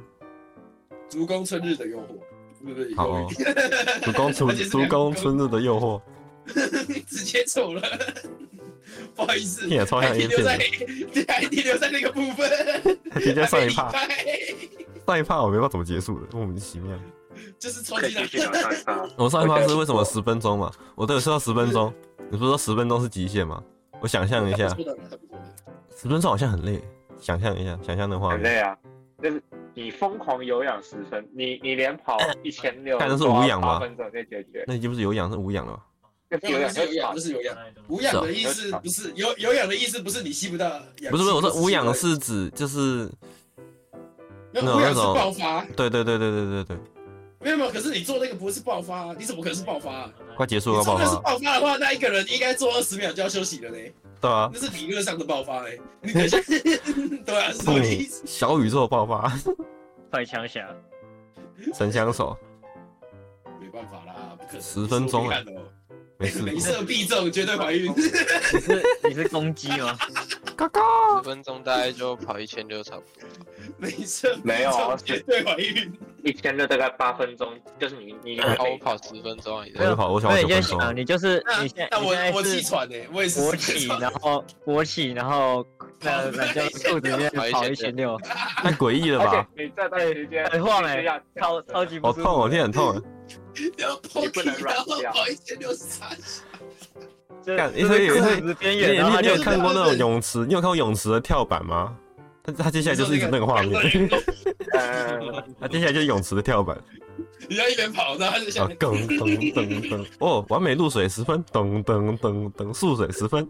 大竹宫春日的诱惑，对不对？
好
有
哦
一，
足弓足
而且是
足弓春日的诱惑，
点直接走了， 不好意思，
你也啊抽
还
像烟
停留
片
在
的，
还停留在那个部 分，
直接上一
还
趴，
没礼
上一趴我没知道怎么结束的，莫名其妙。
拜就是抽
可以
筋
继
了。
续聊上一趴。
我上一趴是为什么十分钟嘛？我都有说到十分钟，你不是说十分钟是极限吗？我想象一下
差，不多了差不多了
十分钟好像很累，想象一下，想象的画
很
面，
累啊，就是你疯狂有氧十分，你你连跑一千六，
看的是无氧吗
八分钟就解决，
那已经不是有氧是无氧了吧？
就是有
有
氧
氧
就是
有
是跑
氧，就。是有氧。无氧的意思不是有有氧的意思不是你吸不到氧气，
不是不是， 我说
吸不到
无氧是指就是，
没
那
有
种
无氧
那
是
种
爆发，
对对对对对对对，
没有没有，可是你做那个不是爆发，你怎么可能是爆发啊？
快结束
你
了吧
做？的是爆发的话，那一个人应该做二十秒就要休息了嘞，
对啊，
那是理论上的爆发嘞。你等一下，对啊，是什么意思？
小宇宙爆发，
快枪侠，
神枪手，
没办法啦，不可能。
10分钟
哎
哎，没事，
镭射必中，绝 对怀孕。
你是你是公鸡吗？
嘎嘎，
十分钟大概就跑一千六差不多。
镭射必中
没有啊
绝对怀孕。
一千六大概八分钟，就是你你
哎
啊，我跑十分钟而已。
我就跑，我想
没
要
有，你就
九分
想，
钟，
你就是
那
你现
那
在
我我
你现在
气
是
喘欸呢，我也是
勃起， 然后勃起，然后那那就肚子里面跑一千六，
太诡异了
而且
吧？
你这段时间
很晃哎
你是要，呃
超超级不
好
舒
痛哦
服
哦，天很痛，
然后 p o
你不能软
然后
掉
跑一千六十三。
这
干
这
所以
是裤
所以
子边
你
缘，然后他
你
就
有看过那种泳池？你有看过泳池的跳板吗？他他接下来就是一直那个画面，
嗯，
他接下来就是泳池的跳板，
你要一边跑，然后他就
啊
想，，
噔噔噔噔，哦，完美入水十分，噔噔噔噔，速水十分，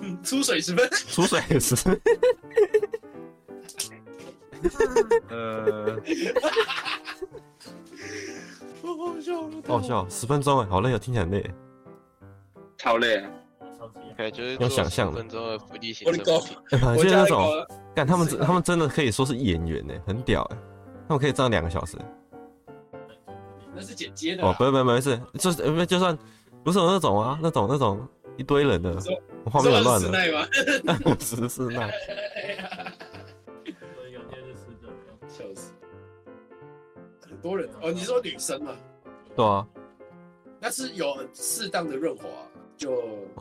嗯出水十分，
出水十分，
呃，
好好笑哦，
好笑，十分钟哎，好累哦，听起来很累，
超累啊！
对，就是
用想象的
做10分钟的伏地
我
挺
的
身
狗
俯卧
哎，就
我
是
家
那
的
种
狗，啊
干他们真，他们真的可以说是演员呢，很屌哎，他们可以站两个小时。
那是剪接的
哦，
啊啦，
不是不是不是，就是呃不是就算不是有那种啊，那种那种一堆人的
说，
我画面很
二
乱啊
十
的，
奈吗？
十四那
笑死，很多人哦，你说女生吗？
对啊，
那是有适当的润滑，就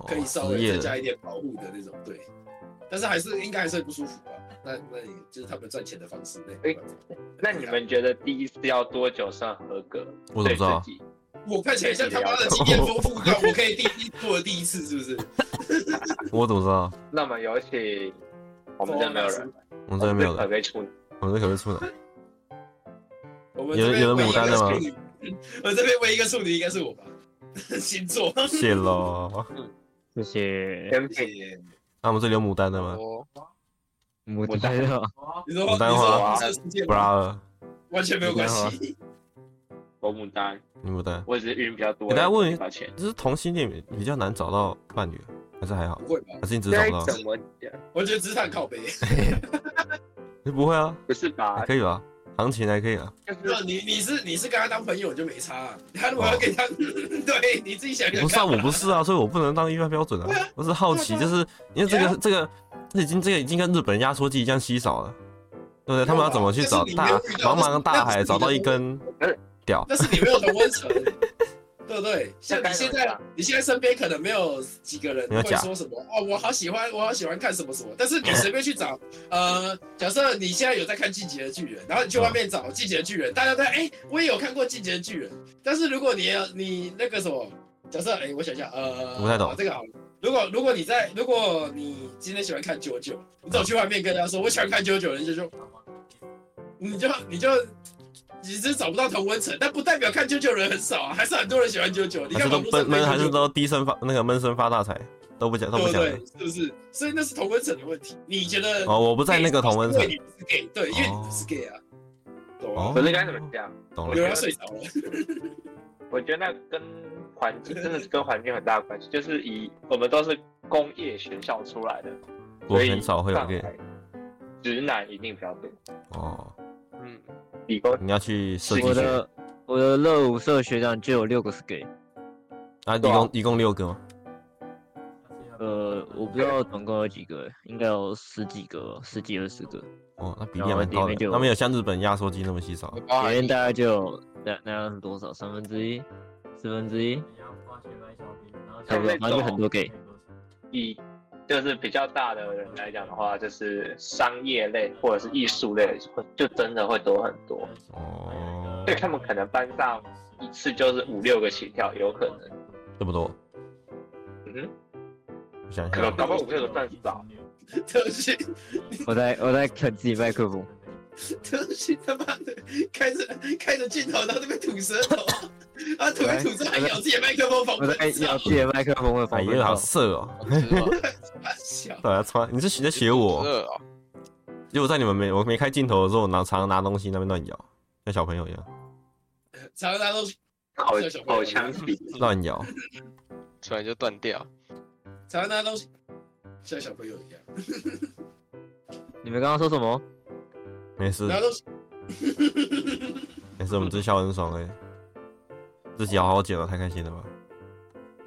可以稍
哦职业
微
的
增加一点保护的那种，对。但是还是应该还是很不舒服吧？那那也就是他们赚钱的方式，那也没办法
那你们觉得第一次要多久算合格？
我怎么知道
对自己？
我看起来像他妈的经验丰富，但我可以第一做的第一次是不是？
我怎么知道？
那么有请，我们这边没有人，
我们这边没有
可
人，
以出。
我们这可不是处男，
我们
有
这边
有人
唯一一
牡丹
个
的吗
处女，我这边唯一一个处女应该是我吧？ 星座，
谢喽。
谢谢
天平，
那我们这里有牡丹的吗
撑。
嗯
牡
牡
丹
丹
哦，
你说
牡丹
你说
花啊
这世界吗
？bra，
完全没有关系，
我牡丹，
你牡丹，
我只是晕比较多。
给大家问
抱歉，
就是同性恋比较难找到伴侣，还是还好
不，会吧？
还是你只是
该
找不到？
怎么讲？
我觉得职场 靠背，
你不会啊，
不是吧
还？可以吧，行情还可以啊。
就是
那你你是你是跟他当朋友就没差啊，他如果要给他， 对你自己想
哦
想看
不是啊，我不是啊，所以我不能当一般标准 啊。我只是好奇，就是因为这个这个，这已经这个已经跟日本压缩机一样稀少了，对不对？他们要怎么去找
但是你没
大
有遇到
茫茫的大海找到一根
呃
屌？
那是你没有同温层，对不对？像你现
那该怎么
在
办，
你现在身边可能没有几个人
没有
会
假
说什么哦，我好喜欢，我好喜欢看什么什么。但是你随便去找，呃，假设你现在有在看《进击的巨人》，然后你去外面找《进击的巨人》，大家都在哎，我也有看过《进击的巨人》，但是如果你要你那个什么，假设哎，我想一下，呃，
我不太懂
这个好了。如果如果你在，如果你今天喜欢看九九，你走去外面跟人家说我喜欢看九九，人家就你就你就你是找不到同温层，但不代表看啾啾人很少啊，还是很多人喜欢啾啾。你
还是
看
都
网络
闷
上
闷，还
对
是都低声发那个闷声发大财，都不讲都不
对
讲。
对，是不是？所以那是同温层的问题。你觉得
哦，我不在那个同温层
因为，你不是 gay，对，因为你不是 gay 啊，懂
哦
吗？
可是该怎么讲？
懂
有
了。
人要睡着了，
我觉得那跟环境真的是跟环境很大的关系，就是以我们都是工业学校出来的，
我
所以
很少会有
上
gay
来直男一定比较多，
哦，
嗯，
理工
你要去设
我
计学
的我的热舞社学长就有六个是 gay，
啊？一共一共六个吗？
呃，我不知道总共有几个，应该有十几个吧，十几二十个，
哦，那比例还蛮高的，那没有像日本压缩机那么稀少。
包
里
含
面
你
大概就有那那样是多少？三分之一，四分之一，差不多，反正就很多 gay。
以就是比较大的人来讲的话，就是商业类或者是艺术类，会就真的会多很多。
哦，
对他们可能班上一次就是五六个起跳，有可能。
这么多，
嗯哼，
我想一
可能
下，
搞不好五六个算少。
特训
我在我在啃自己麦克风，
特训他妈的开着开着镜头，然后那边吐 舌头，啊然后吐一吐之后还咬自己的麦克风，防
我在
喷
咬
笑，
自己的麦克风会
哎
防
呀，
喷
好
到。
色哦。
他笑。
对啊，穿你是学在学我，
热哦，
因为我在你们没我没开镜头的时候，我拿常常拿东西那边乱咬，像小朋友一样
常常都
口 口腔体，
乱咬。
突然就断掉。
常常拿东西，像小朋友一样
你们刚刚说什么？
没事
拿东西。
没事，我们这笑很爽哎、自己咬好久了，太开心了吧？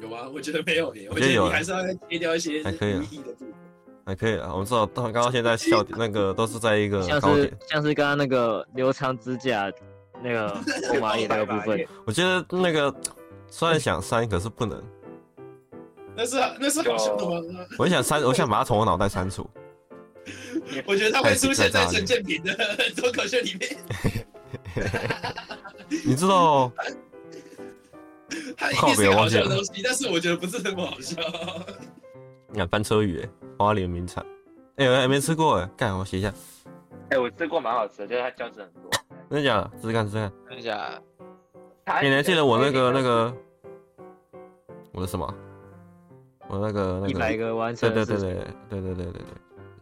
有吗？我觉得没有耶，
我
我
觉得
觉得
有
你还是要切掉一些
还可以啊
无意义的部分。
还可以了，我们至少到刚刚现在笑点那个都是在一个
像
呃高
是
点。
像是刚刚那个留长指甲那 个红蚂蚁那个部分，
我觉得那个虽然想删，可是不能。
那是啊那是好笑的吗？
我想删，我想把它从我脑袋删除。
我觉得它会出现在陈建平的脱口秀里面，
你知道
他它一
靠
定是
北
个
我
好
忘记
笑的
了
东西，但是我觉得不是很好笑。
你看翻车鱼、欸，花莲名产，哎、我还没吃过哎、干，我写一下，
哎、我吃过蛮好吃的，就是它胶质很多。
真的假的？试试看，试试看。
看一下，
它
哎
哎
你还记得我那个那个，我的什么啊？我那个
一
那
百
个，
个完
对
成
对
的
对
是
对对对对对对，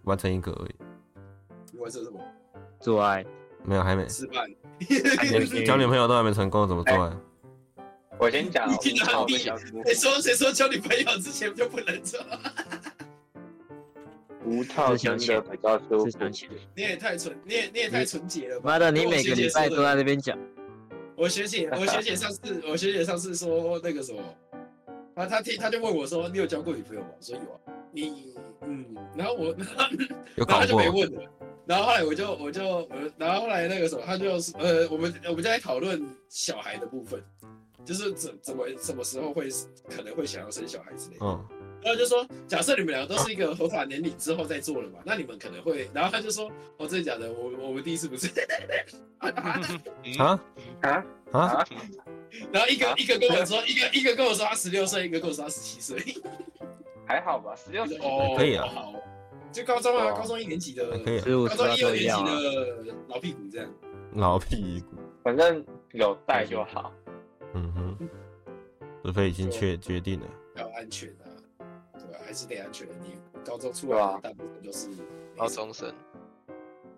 完成一个而已，
我说什么？
做爱，
没有还没，
失败。
哎
对
交女朋友都还没成功，怎么做
哎
啊？
我先讲，哦
你哪里
我们小姑
谁说谁说交女朋友之前就不能做？
无套真的比较舒
是
服。
想起。
你也太纯，你也你也太纯洁了吧！
妈的，你每个礼拜都在那边讲，
我 学姐，我学姐上次，我学姐上次说那个什么，她她听她就问我说，你有交过女朋友吗？我说有啊。你嗯，然后我，然 后
有
然后
搞
她就
过
没？问了。然后后来我就我就呃，然后后来那个什么，她就是呃，我们我们就在讨论小孩的部分，就是怎怎么什么时候会可能会想要生小孩之类的。
嗯，
然后就说，假设你们两个都是一个合法年龄之后再做了嘛，那你们可能会，然后他就说，哦，真的假的？我我们第一次 不是，
嗯
啊
啊
啊！
啊！
然后一个一个跟我说，一个一个跟我说他十六岁，一个跟我说他十七岁，
还好吧，十六
我
岁
说哦，
可以啊
哦好，就高中啊，
哦
高中一年级的
还，可以啊，
十五
高
十
中
八
一二
都一
年
样
级
啊。
的老屁股这样，
老屁股，
反正有带就好。
嗯哼，除非已经确决定了，
要安全啊，对吧、还是得安全。你高中出来的大部分都是
高，中生，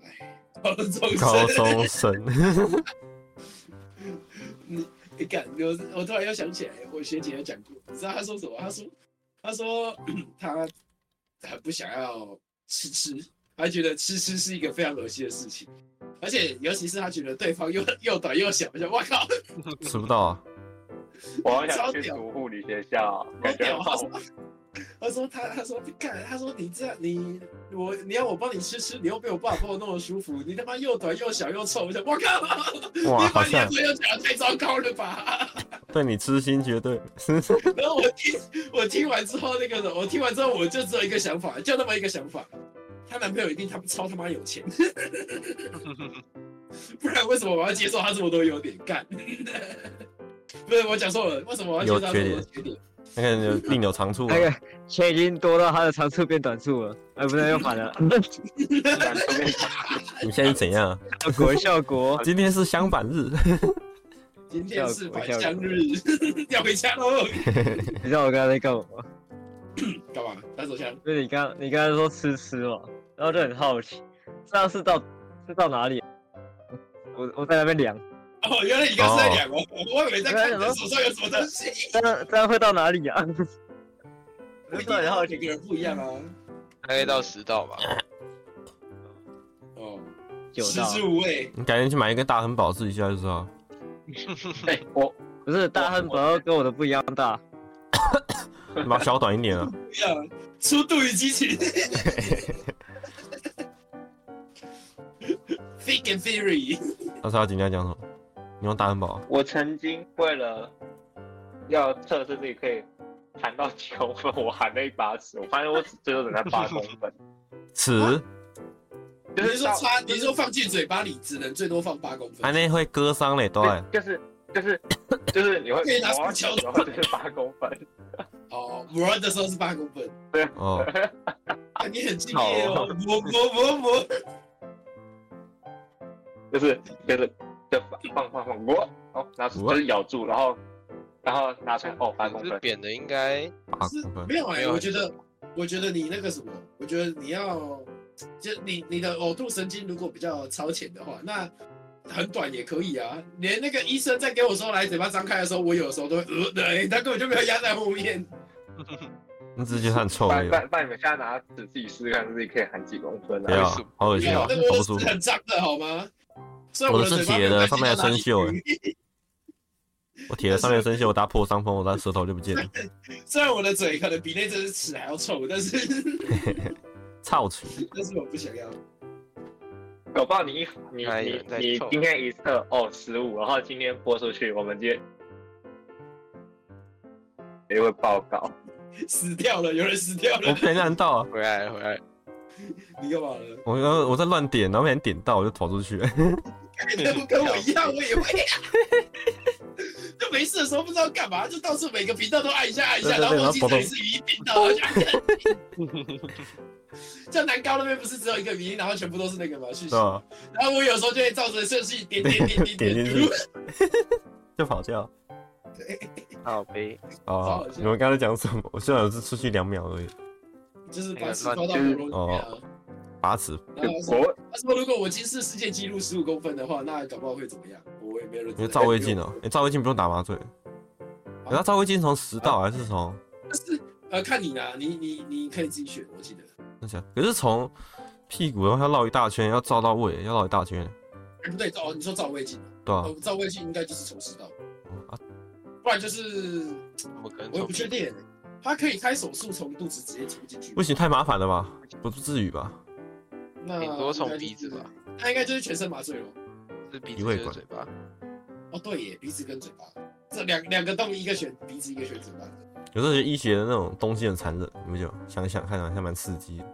哎，高中
高
生，
中生，
你敢？我我突然又想起来，我学姐有讲过，你知道她说什么？她说，她说 她很不想要吃吃，她觉得吃吃是一个非常恶心的事情，而且尤其是她觉得对方又又短又小，我想我靠，
吃不到 啊，
我好想去读护理学校，
好
感觉
屌！
很
她
好。
说，她说她她说干，她说你这样你我你要我帮你吃吃，你又没有办法帮我弄得舒服，你他妈又短又小又臭，我想我靠，
哇，
你
好
把你
像
的朋友讲的太糟糕了吧？
对你痴心绝对，
然后我听我听完之后，那个人我听完之后，我就只有一个想法，就那么一个想法，她男朋友一定他妈超他妈有钱， 不然为什么我要接受他这么多优点？干， 不是我讲错了，为什么我要接受他这么多缺点？
那个人另有长处啊
哎
那，个钱已经多到他的长处变短处了，哎，不对，又反了，
感觉没
你现在是怎样啊？
效果效果，
今天是相反日，
今天是返乡日， 要回家喽。
你知道我刚才在干嘛吗？
干嘛？打手枪？
就是你刚你刚才说吃吃嘛，然后就很好奇，上次到是到哪里？啊我我在那边量，
哦，原来你刚刚是在讲哦，我以为在看你的手上有什么东西。
这样这样会到哪里啊？ 我突然好
每
奇
个，人不一样啊。
大概到十道吧。
哦，
九
食
道
之无味，
你改天去买一个大亨堡试一下就知道。
哎、我
不是大汉堡跟我的不一样大，
你把它削短一点啊，
不一样。出度与激 情。Fake and Fury，
那他今天讲什么？你用大汉堡啊，
我曾经为了要测试自己可以喊到几公分，我喊了一把尺，我发现我只最多只能八公分，
尺，
你
就是是
说
到
插，你是说放进嘴巴里只能最多放八公
啊
安
分？
内会割伤嘞，对。
就是就是就是你会
可以拿
我
手
要
敲
讲的话就是八公分，
哦，磨的时候是八公分，
哦，
啊，你很敬业哦，磨磨磨磨，
就是就是就放放放我，哦，拿出就是咬住，然后然后拿出来哦八公
是
分，
扁的应该
八
是
公分，
没有哎、
没有
我觉得，我觉得你那个什么，我觉得你要，就你你的呕吐神经如果比较超前的话，那很短也可以啊。连那个医生在给我说来嘴巴张开的时候，我有时候都会呃的、欸，他根本就没有压在后面。
你只是觉得它很臭
那
而已 啊。
那那你们现在拿尺自己试试看自己可以喊几公分
不
啊？
要啊，好恶心
没
啊，
有，那
好
个
不
是
舒服。
很脏的好吗？虽然
我
我
的是
嘴巴
铁
没有
的，
干
上面还
净到哪
生
里
锈
去
哎。我铁的上面有生锈，我打破伤风，我的舌头就不见了。
虽然我的嘴可能比那只屎还要臭，但是
操鼠，
但是我不想要。
搞不好你一你
哎有
你
人在
你
凑
今天一测哦十五，然后今天播出去，我们今天也会报告。
死掉了，有人死掉
我
了，
被按到啊！
回来了，回来了。
你干嘛 了？
我刚我在乱点，然后被人点到，我就逃出去。
跟跟我一样，我也会、啊。就没事的时候不知道干嘛，就到处每个频道都按一下按一
对
下，
对
然后
对
忘记
然后
这里是语音频道，然后就按一下。 像南高那边不是只有一个语音，然后全部都是那个嘛讯息
对。吧？
然后我有时候就会照着顺序点点点 点
点进
点，
去就跑掉。
好呗，
超
哦
恶，心
你们刚才讲什么？我虽然是出去两秒而已，
就是把尺抛到喉咙里面啊。
八尺
然后他说
我
他说如果我今世世界纪录十五公分的话，那搞不好会怎么样？我也没有人知道。
因为照胃 镜哦，哎，照胃镜不用打麻醉。可是照胃镜从食道还是从
但是呃，看你啦，你你你可以自己选，我记得。
那下？可是从屁股然后要绕一大圈，要照到胃，要绕一大圈，
哎不对，哦，你说照胃镜，
对吧
哦，？照胃镜应该就是从食道，
哦啊，
不然就是
我可能
我也不确定，欸他可以开手术从肚子直接冲进去
不。行，太麻烦了吧？不至于吧？
那
顶多从鼻子
啊应该就，是，
吧
那应该就是全身麻醉了。
是鼻
鼻
子
胃
就是
管
嘴巴。
哦，对耶，鼻子跟嘴巴，这两两个洞，一个选鼻子，一个选嘴巴。
有时候觉得医学的那种东西很残忍，你们就想想看，好像蛮刺激的，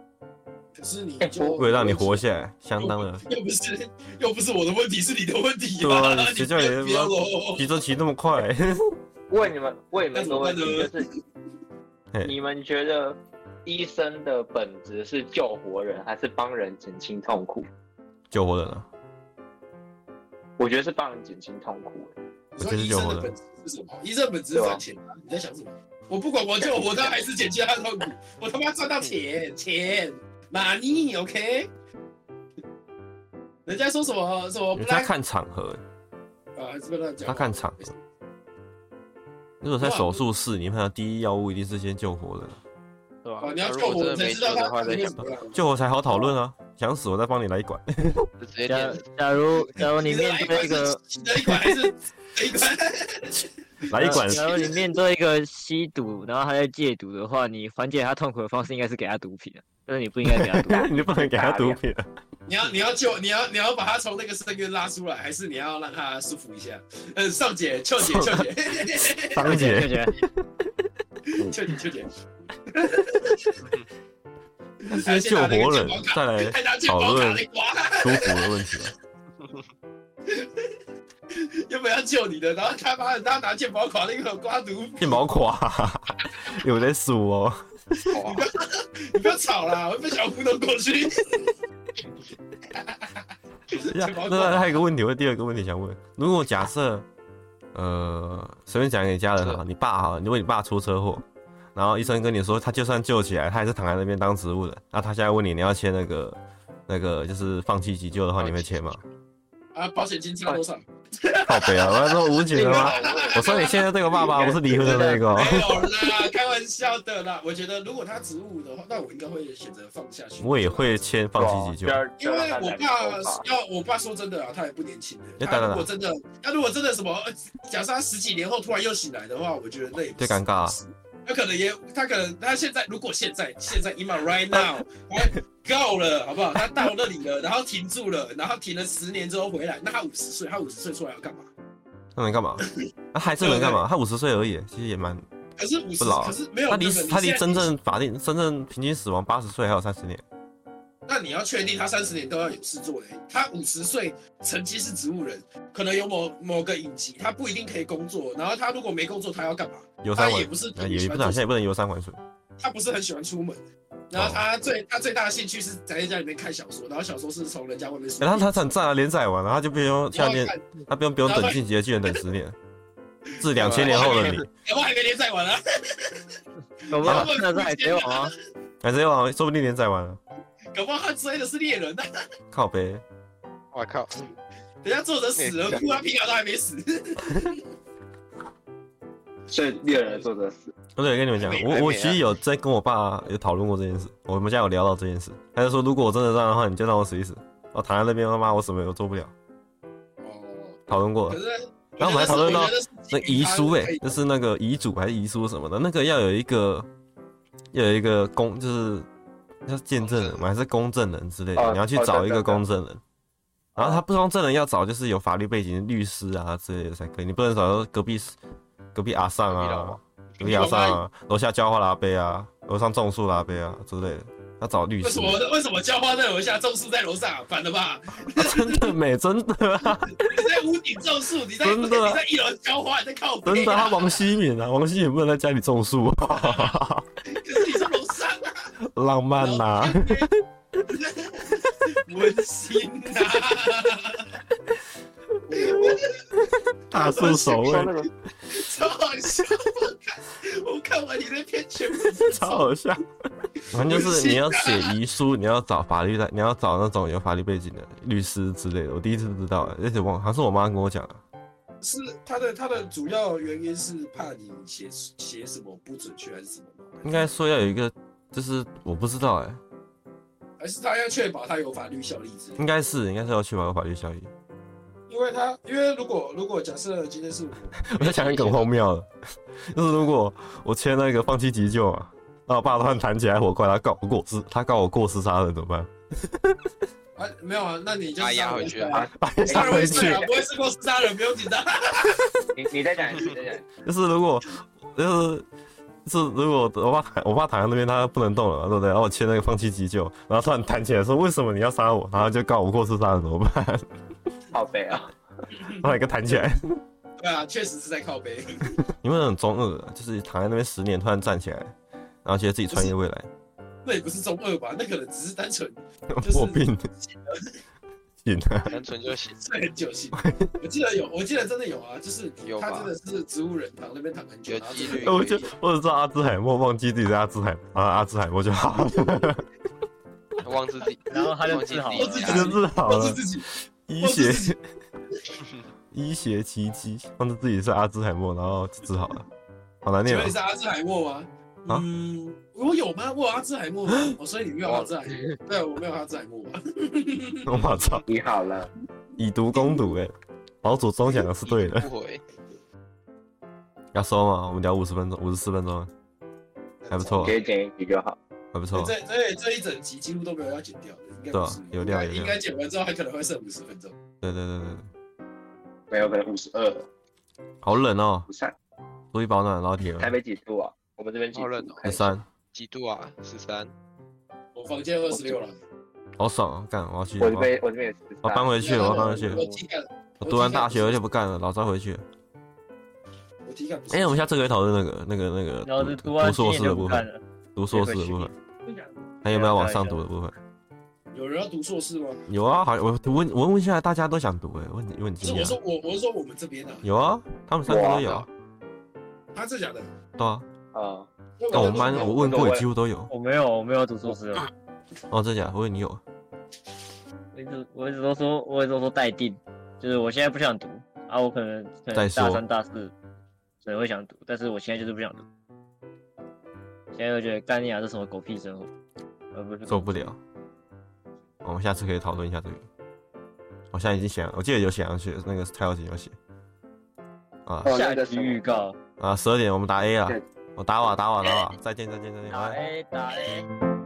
可是你
哎
就
为了让你活下来，相当的。
又不是又不是我的问题，是你的问题、
对啊
你，
谁叫
不要
你
喽？
急着骑那么快？
问你们问你们一个问题，
那
就是
嘿
你们觉得医生的本质是救活人，还是帮人减轻痛苦？
救活人了，
我觉得是帮人减轻痛苦。
你说医生的本质是什么？医生本质是赚钱啊！你在想什么？我不管，我就我他还是减轻他的痛苦，我他妈赚到钱钱马尼 OK。人家说什么什么
人家
black
看场合，
啊，还是不要乱讲
他
话。
看场合。如果在手术室，你看到第一要务一定是先救活人，
对吧
哦，你要
如
救我
果
我
真的
才
没
知
救
道
的
他
话，
肯
再
定
想
怎么样。
救活才好讨论啊。想死我再帮你来一管，
就直接
假
点
假如假如你
你
面对一 个，
得一管还是得一管？
来一 管。
假如你面对一个吸毒，然后他在戒毒的话，你缓解他痛苦的方式应该是给他毒品啊，但是你不应该给他毒品
你就不能给他毒品了。
你要你要救你要你要把他从那个深渊拉出来，还是你要让他舒服一下？嗯，少姐、俏姐、俏 姐、
张
就
姐，
觉得
俏姐、俏姐，哎
先救活人，再来
看他去
讨
包卡
论
那瓜，
舒服的问题啊。
原本要救你的，然后他妈的他拿剑包卡那个刮毒，
一毛垮，有在数哦。
哇，
你不要吵啦，我被小胡弄过 去。
那那还有一个问题，我第二个问题想问：如果假设，呃，随便讲给家人哈，你爸哈，如果你爸出车祸，然后医生跟你说他就算救起来，他还是躺在那边当植物人，那他现在问你，你要签那个那个就是放弃急救的话，你会签吗？
啊，保险金差多少？
靠北啊！我说无解了吗？我说你现在这个爸爸不是离婚的那个哦，
没有啦，开玩笑的啦。我觉得如果他植物的话，那我应该会选择放下去。
我也会签放弃急救
对。啊
因为我爸
对啊
要我爸说真的啊，他也不年轻
哎
了。
当
他
然
如
了
果真的，他如果真的什么，呃假设他十几年后突然又醒来的话，我觉得那也不
最尴尬啊
他可能也，他可能他现在如果现在现在 in my right now，哎够了，好不好？他到那里了，然后停住了，然后停了十年之后回来，那他五十岁，他五十岁出来要干嘛？
那能干 嘛？那还是能干嘛？他五十岁而已，其实也蛮……
可是五十，
不老啊
可是没有
他离
根本你
他离
现在
真正法定真正平均死亡八十岁还有三十年。
那你要确定他三十年都要有事做嘞、他五十岁曾经是植物人，可能有某某个隐疾，他不一定可以工作。然后他如果没工作，他要干嘛？
游山
他
玩
也不是
啊，
很
也
喜
不
欢
能，现在
做事，
也不能游山玩水。
他不是很喜欢出门。然
哦
后他最、他最大的兴趣是宅在家里面看小说，然后小说是从人家外面书
哎、
店。
他他很赞啊，连载完了，他就不用
然
下
后
面，
看，
他不用不用等晋级的巨人等十 年，是两千
啊
年后的你。
我还没连载完啊，
搞不好那是海贼王啊，
反正网说不定连载完了，
搞不好他追的是猎人呢、啊
靠背。
我靠，
人家作者死了，库拉皮啊卡都还没死。
所以猎人做的事，
我对，跟你们讲
还，没还
我
没
我
啊
其实有在跟我爸有讨论过这件事，我们家有聊到这件事，他就说如果我真的这样的话，你就让我死一死，我躺在那边，他妈我什么也做不了，
哦，
讨论过
可
了。
是
然后我们还讨论到
我觉得是
那遗书哎、
可以
就是那个遗嘱还是遗书什么的，那个要有一个，要有一个公，就是要见证人嘛，还是公证人之类的，
哦
你要去
哦
找一个
对对对
公证人。然后他不公证人要找就是有法律背景的律师啊之类的才可以，你不能找隔壁隔壁阿上
隔壁老
啊
王，
隔壁阿上啊，楼下浇花拉杯啊，楼上种树拉杯啊之类的，要找律
为
师
什，么为什么浇花在楼下，种树在楼上，反了吧？
真的美，真的啊，
你在屋顶种树，你在
真的啊
你在一楼浇花，你在靠背啊
真的啊，他王希敏啊，王希敏不能在家里种树，啊
可是你是楼上啊，
浪漫呐、
然后在那边 温馨啊，
大树守卫，
超好笑！我看我看完你那篇全部是
超好笑。反正就是你要写遗书，你要找法律的，你要找那种有法律背景的律师之类的。我第一次知道，而且我好像是我妈跟我讲的，啊
是他的他的主要原因是怕你写写什么不准确还是什么吗？
应该说要有一个，就是我不知道哎、
还是他要确保他有法律效力之类的
应该是应该是要去玩法律效益。
因为他因为如果如果假设今天是我，
我在讲一个很荒谬的， 就是如果我签那个放弃急救啊，那我爸突然弹起来火快，他告我过失，他告我过失杀人怎么办？
啊没有啊，那你就
啊压
杀
哎
回
人
去
罪
啊
啊，
把你
杀
杀
人
回
未遂
去
啊，。不会是过失杀人，不用紧张。
你你再讲一次，你再讲一次。
就是如果就是就是如果我爸躺我爸躺在那边，他不能动了嘛，对不对？然后我签那个放弃急救，然后突然弹起来说为什么你要杀我？然后就告我过失杀人怎么办？
好悲啊！
然后一个弹起来，
对啊，确实是在靠背。
你们很中二啊，就是躺在那边十年，突然站起来，然后觉得自己穿越未来，
那也不是中二吧？那可能只是单纯 是
破病。紧啊！
单纯就写
睡很久性。我记得有，我记得真的有啊，就是
有
他
吧
真的是植物人躺那边躺很久，
有
然后
几
真的
率
我就我只知道阿兹海默，忘记自己是阿兹海啊阿兹海默就好 了，
忘记自己，
然后他就
忘记
治好
自己
了
家
这就治好
都是
了。
自己
医学 医学奇迹，忘记自己是阿兹海默，然后就治好了，好难
请
念哦
问你。是阿兹海默吗？
啊
嗯，我有吗？我有阿兹海 默吗？我所以你没有阿兹海默，对我没有阿兹海默啊 吧？
我操，
你好了，
以毒攻毒哎、老祖宗讲的是对的。
不回，
要收吗？我们聊五十分钟，五十四分钟，啊还不错
直接剪一集就好。
还不错。
这这这一整集几乎都没有要剪掉的，应该不是
啊对啊有料有料
应该剪完之后还可能会剩五十分钟。
对对对对，
没有，可能五十二，
好冷哦、
不算。
注意保暖，老铁
台
们。
北几度啊？我们这边几
好冷
度
哦？
十
看一下
三，
几度啊？十三，
我房间二十六了，
好爽啊！干，我要去，
我
我
这
要
边我这边也是
我要搬回去了，我要搬回去
我
了。
体感，
我读完大学我就不干了，老早回去了。
我体感不是。
哎、我们下次可以讨论那个、那个、那个
然后是
读
读完
硕
经
士
验
的
就
部
不看
分，
了，
读硕士的部分，还有没有往上读的部分？
有人要读硕士吗？
有啊，好，我问我问一下，大家都想读哎、问问
不
题
是，我
啊
说，我我是说我们这边的，
有啊，他们三个都有啊，
他这讲的。
对啊。
啊。
但哦我们班我哦问过，几乎都有。
我没有，我没有读硕士哦，
哦，真假？我以为你有。
我一直我一直都说，我一直都说待定，就是我现在不想读啊，我可能可能
再
大
说
三大四可能会想读，但是我现在就是不想读，现在就觉得干你啊，这什么狗屁生活，而不是
受不了。我们下次可以讨论一下这个。我现在已经写了，我记得有写上去，那个太阳有写。啊
哦
下
那个
集
什么
预告，
啊，十二点我们打 A 了
对，
我打瓦打瓦打瓦，再见再见再见，晚
打
安。
A 打 A。